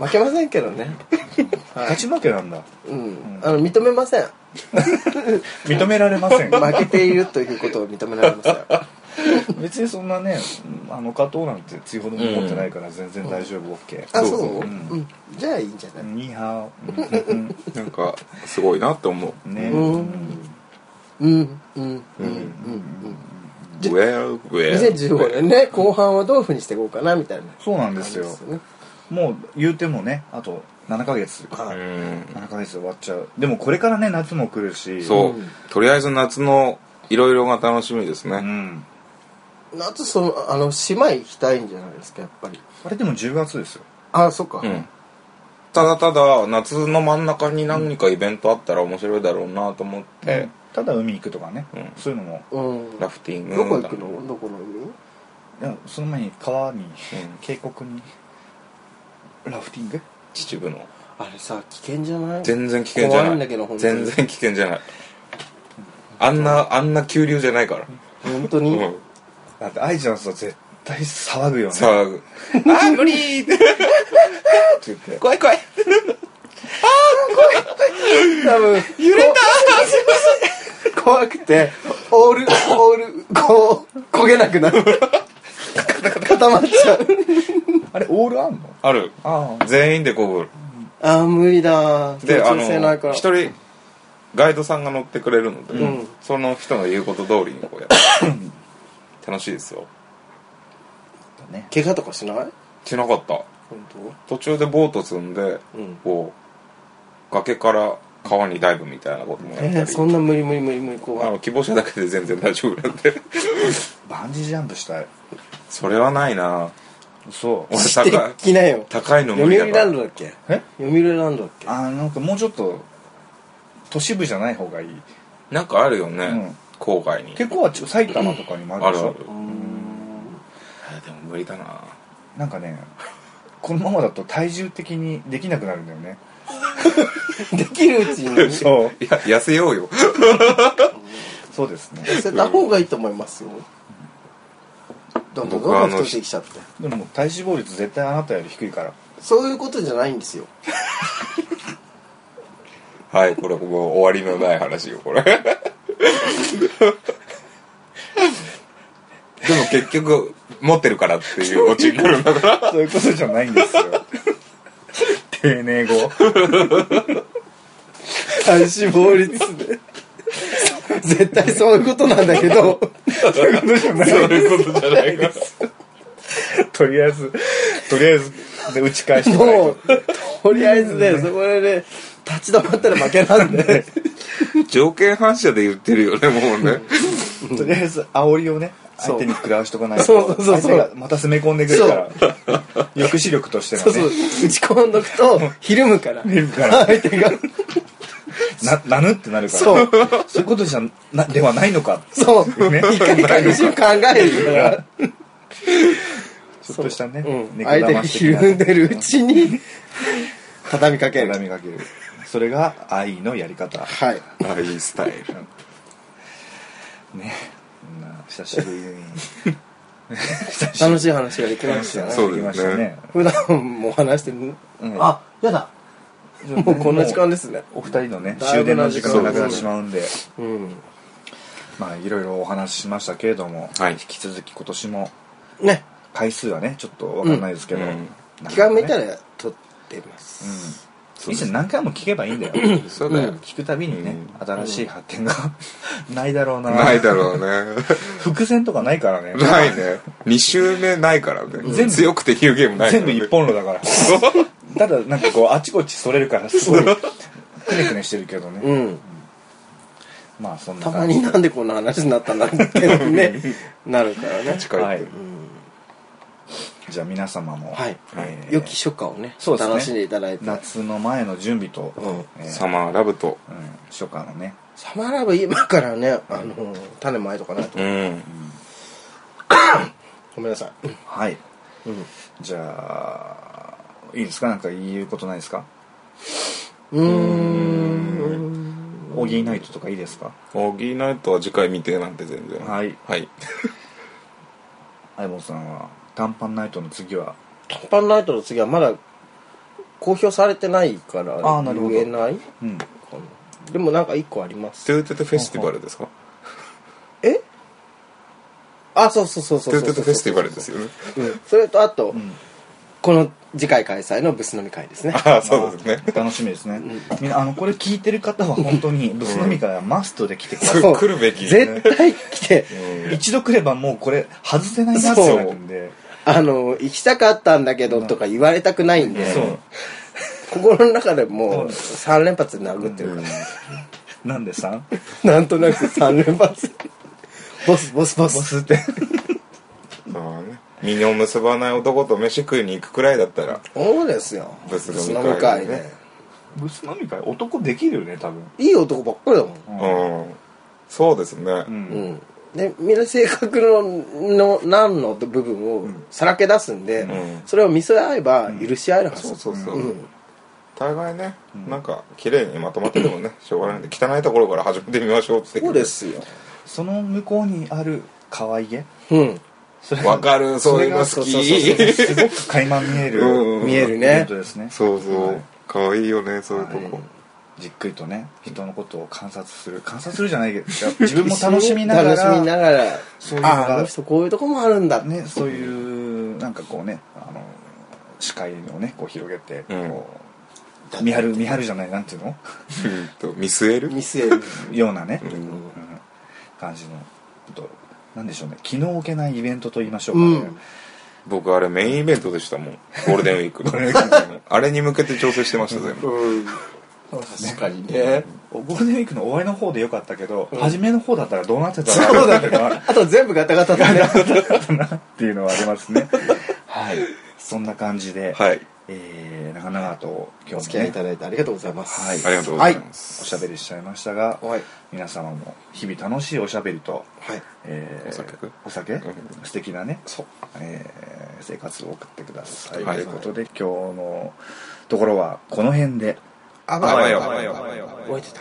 S1: 負けませんけどね
S2: 勝ち負けなんだ
S1: うんあの認めません
S2: 認められません
S1: 負けているということを認められません
S2: 別にそんなねあの加藤なんて追放でも持ってないから全然大丈夫 OK、
S1: あ
S3: そう
S1: そ
S3: そう
S1: う
S3: う
S1: うんじゃあいいんじゃない
S2: ニーハオうんうん
S3: なんかすごいなって思う
S2: うんね、
S1: うんうんうんうんうん
S3: ウェアウェア
S1: 2015年ね後半はどういうふうにしていこうかなみたいな
S2: そうなんですよ
S1: ね
S2: もう言うてもねあと7ヶ月
S1: は
S3: うん
S2: 7ヶ月で終わっちゃうでもこれからね夏も来るし
S3: そう
S1: うん
S3: とりあえず夏のいろいろが楽しみです
S2: う
S3: ね
S2: ん
S1: 夏そのあの島行きたいんじゃないですかやっぱり
S2: あれでも10月ですよ
S1: あそっか、
S3: うんただただ夏の真ん中に何かイベントあったら面白いだろうなと思って、
S2: ただ海行くとかね、
S3: うん
S2: そういうのも
S1: うん
S3: ラフティング
S1: どこ行く
S3: うん
S1: のどこの海
S2: いやその前に川に渓谷にラフティング
S3: 秩父の
S1: あれさ危険じゃない
S3: 全然危険じゃない
S1: 怖いんだけど本当に
S3: 全然危険じゃないあんなあんな急流じゃないから、
S1: 本当
S3: う
S1: に、
S3: ん、
S2: だって愛知の人は絶対騒ぐよね
S3: 騒ぐ「あー無理!」って言って
S1: 怖い怖いああ怖い多分揺れた怖くてオールオールこう焦げなくなる固まっちゃう
S2: あれオールあんの
S3: ある
S2: あ
S3: 全員でこぐ
S1: ああ無理だ
S3: で
S1: 協
S3: あ
S1: 調
S3: の
S1: 性ないから
S3: 一人ガイドさんが乗ってくれるので、
S1: うん
S3: その人の言うこと通りにこうやって 楽しいですよ
S2: あね
S1: 怪我とかしない
S3: しなかった
S1: 本
S3: 途中でボート積んで、
S1: うん
S3: こう崖から川にダイブみたいなことも
S1: 当
S3: やっ
S1: え
S3: た
S1: ー、
S3: り、
S1: そんな無理無理無理無理
S3: あ
S1: 怖い
S3: の希望者だけで全然大丈夫なんで
S2: バンジージャンプしたい
S3: それはないな
S2: そう
S3: 俺
S1: 知って
S3: 高い
S1: きなよ
S3: 高いの
S1: 読
S3: 無理だ
S1: 売
S3: か
S1: ラ
S3: ら
S1: ンドだっけ
S2: え
S1: 読売ランドだっけ
S2: あなんかもうちょっと都市部じゃない方がいい
S3: なんかあるよね、
S2: うん
S3: 郊外に
S2: 結構はちょ埼玉とかにもあ
S3: あ
S2: る
S3: る
S2: で
S3: あ
S2: し
S3: る
S2: ょ
S3: あでも無理だな
S2: なんかねこのままだと体重的にできなくなるんだよね
S1: できるうち に痩
S2: そう
S3: いや痩せようよ
S2: そうですね
S1: せた方がいいと思いますよどんどんどんどん太ってきちゃって
S2: でも体脂肪率絶対あなたより低いから
S1: そういうことじゃないんですよ
S3: はいこれもう終わりのない話よこれ でも結局持ってるからっていうオチになるん だから
S2: そういうことじゃないんですよ丁寧語
S1: 体脂肪率で絶対そういうことなんだけど
S2: そういうことじゃない
S3: そういうことじゃないから
S2: とりあえずとりあえずで打ち返してもら
S1: も
S2: え
S1: うとりあえずねそこでね立ち止まったら負けなんで
S3: 条件反射で言ってるよねもうね
S2: ととりあえず煽りをね
S1: そう
S2: 相手に食らわしとかないと
S1: そうそうそうそう
S2: 相手がまた攻め込んでくるから抑止力としての
S1: そ
S2: ね
S1: うそう打ち込んどくとひるむから
S2: 見るから
S1: 相手が
S2: ななぬってなるから
S1: そう
S2: そういうことじゃなではないのか
S1: そう
S2: ね
S1: 一回確信考えるから
S2: ちょっとしたね、
S1: うん
S2: 猫
S1: 相手が
S2: 騙し的
S1: ひ
S2: な
S1: るん でるうちに畳みかけ
S2: 絡
S1: る
S2: みかけるそれが愛のや り方
S1: はい
S3: あいいスタイル
S2: ねそんな久しぶりに久しぶり
S1: 楽しい話ができましたね
S3: そう
S2: に来ました
S3: そうです
S2: ね
S3: ね
S1: 普段も話してる
S2: うん
S1: あやだもうこんな時間ですね
S2: お二人のね
S1: だい
S2: 終
S1: ぶ
S2: 電
S1: な
S2: の
S1: 時
S2: 時
S1: 間
S2: 間がなくなってしまうんで
S1: うん
S2: まあいろいろお話ししましたけれども、
S3: はい
S2: 引き続き今年も
S1: ね
S2: 回数はねちょっとわかんないですけど、
S3: うん
S2: なんかね
S1: 気が向いたら撮ってま
S2: うん
S1: す
S2: いつ何回も聞けばいいんだよ聞
S3: そうだよ、
S2: くたびにね、新しい発見が ないだろうな
S3: ないだろうね
S2: 伏線とかないからね
S3: ないね2周目ないからね
S2: 全部
S3: 強くて言うゲームないか
S2: 全
S3: ら、
S2: 部
S3: ね、
S2: 一本路だから
S3: 本
S2: ただなんかこうあちこちそれるからすごいくねくねしてるけどね、
S1: うん
S2: まあそんな
S1: た
S2: 感
S1: ま
S2: じ
S1: になんでこんな話になったんだろうってね なるからね
S3: 近い、
S2: はい
S1: うん
S2: じゃあ皆様も、
S1: はい
S2: えー
S1: 良き初夏をね
S2: そうですね
S1: 楽しんでいただいて
S2: 夏の前の準備と、
S1: うん
S2: えー
S3: サマーラブと
S2: うん、初夏のね
S1: サマーラブ今からねあの種まいとかないと
S3: うん
S1: ごめんなさい
S2: はい
S1: うん
S2: じゃあいいですかなんか言うことないですか
S1: うーん
S2: オギーナイトとかいいですか
S3: オギーナイトは次回見てなんて全然
S2: はい
S3: はい、
S2: 相棒さんは短パンナイトの次は
S1: 短パンナイトの次はまだ公表されてないから
S2: あーなるほど
S1: 言えない
S2: うん
S1: かなでもなんか一個あります
S3: トゥートゥトゥフェスティバルですか
S1: えあそうそうそうそ
S3: ト
S1: う
S3: ゥ
S1: そう
S3: ー
S1: そう
S3: トゥトゥフェスティバルですよね
S1: うんそれとあと、
S2: ん
S1: この次回開催のブス飲み会ですね
S3: ああそうですね
S2: まあ楽しみですねみんなあのこれ聞いてる方は本当にブス飲み会はマストで来てください
S1: そう
S3: 来るべき
S1: 絶対来て、
S2: 一度来ればもうこれ外せないなってなるんで
S1: あの行きたかったんだけどとか言われたくないんで、
S2: そう
S1: 心の中でもう3連発で殴ってるから、
S2: なんでさ
S1: なんとなく3連発ボスボスボ
S2: ボ
S1: ス
S2: スって
S3: 身を結ばない男と飯食いに行くくらいだったら
S1: そうですよ
S3: ブス飲
S1: 飲
S3: み
S1: み
S3: 会
S1: 会
S3: ね
S1: ね
S2: ブス飲み会男できるよね多分
S1: いい男ばっかりだもん
S3: うんそうですね
S2: うん
S1: うんでみんな性格のの何の部分をさらけ出すんで、
S3: ん
S1: それを見せ合えば許し合えるはず、
S3: そうそうそううん大概ねなんか綺麗にまとまっててもねしょうがないんで汚いところから始めてみましょうっていう
S1: そうですよ
S2: その向こうにある可愛げ
S1: うん
S2: それ
S3: わかるそういうの
S1: そ
S3: 好
S1: れがそうそう
S3: き
S2: すごく垣間見え
S3: うんうん
S2: る
S1: 見える
S2: イベン
S1: ね
S2: トですね
S3: そうそ
S2: は
S3: う
S2: い
S3: 可愛いよねそういうとこ
S2: じっくりとね人のことを観察する観察するじゃないけど自分も楽しみなが
S1: 楽しみな
S2: ら
S1: がら
S2: そういうの
S1: あ
S2: が
S1: ああの人こういうとこもあるんだ、
S2: ね、そういうなんかこうねあの視界をねこう広げて
S3: うん
S2: こう、見張る見張るじゃないなんていうの
S3: うんと見据える
S1: 見据える
S2: ようなね、
S3: う
S2: うんん感じのとなんでしょうね気の置けないイベントと言いましょう
S1: う
S2: かね、
S1: ん
S3: 僕あれメインイベントでしたもんゴールデンウィークのあれに向けて調整してました全部
S1: うん確かにね
S2: ゴールデンウィークの終わりの方でよかったけど、初めの方だったらどうなってたら そうだったか
S1: あと全部ガタガタだね
S2: な っていうのはありますねはいそんな感じで、
S3: はい
S2: えー長々と今
S1: お
S2: 日
S1: 付き
S2: も、
S1: 合い
S2: ね
S1: いただいてありがとうございます
S2: はい
S3: ありがとうございます、
S2: おしゃべりしちゃいましたが、
S1: はい
S2: 皆様も日々楽しいおしゃべりと
S1: はい
S2: えー
S3: お酒
S2: お酒、
S3: うん
S2: 素敵なね、
S1: そう
S2: えー生活を送ってください、
S3: はい
S2: ということで今日のところはこの辺で
S1: あ
S3: ばよ
S1: 燃えてた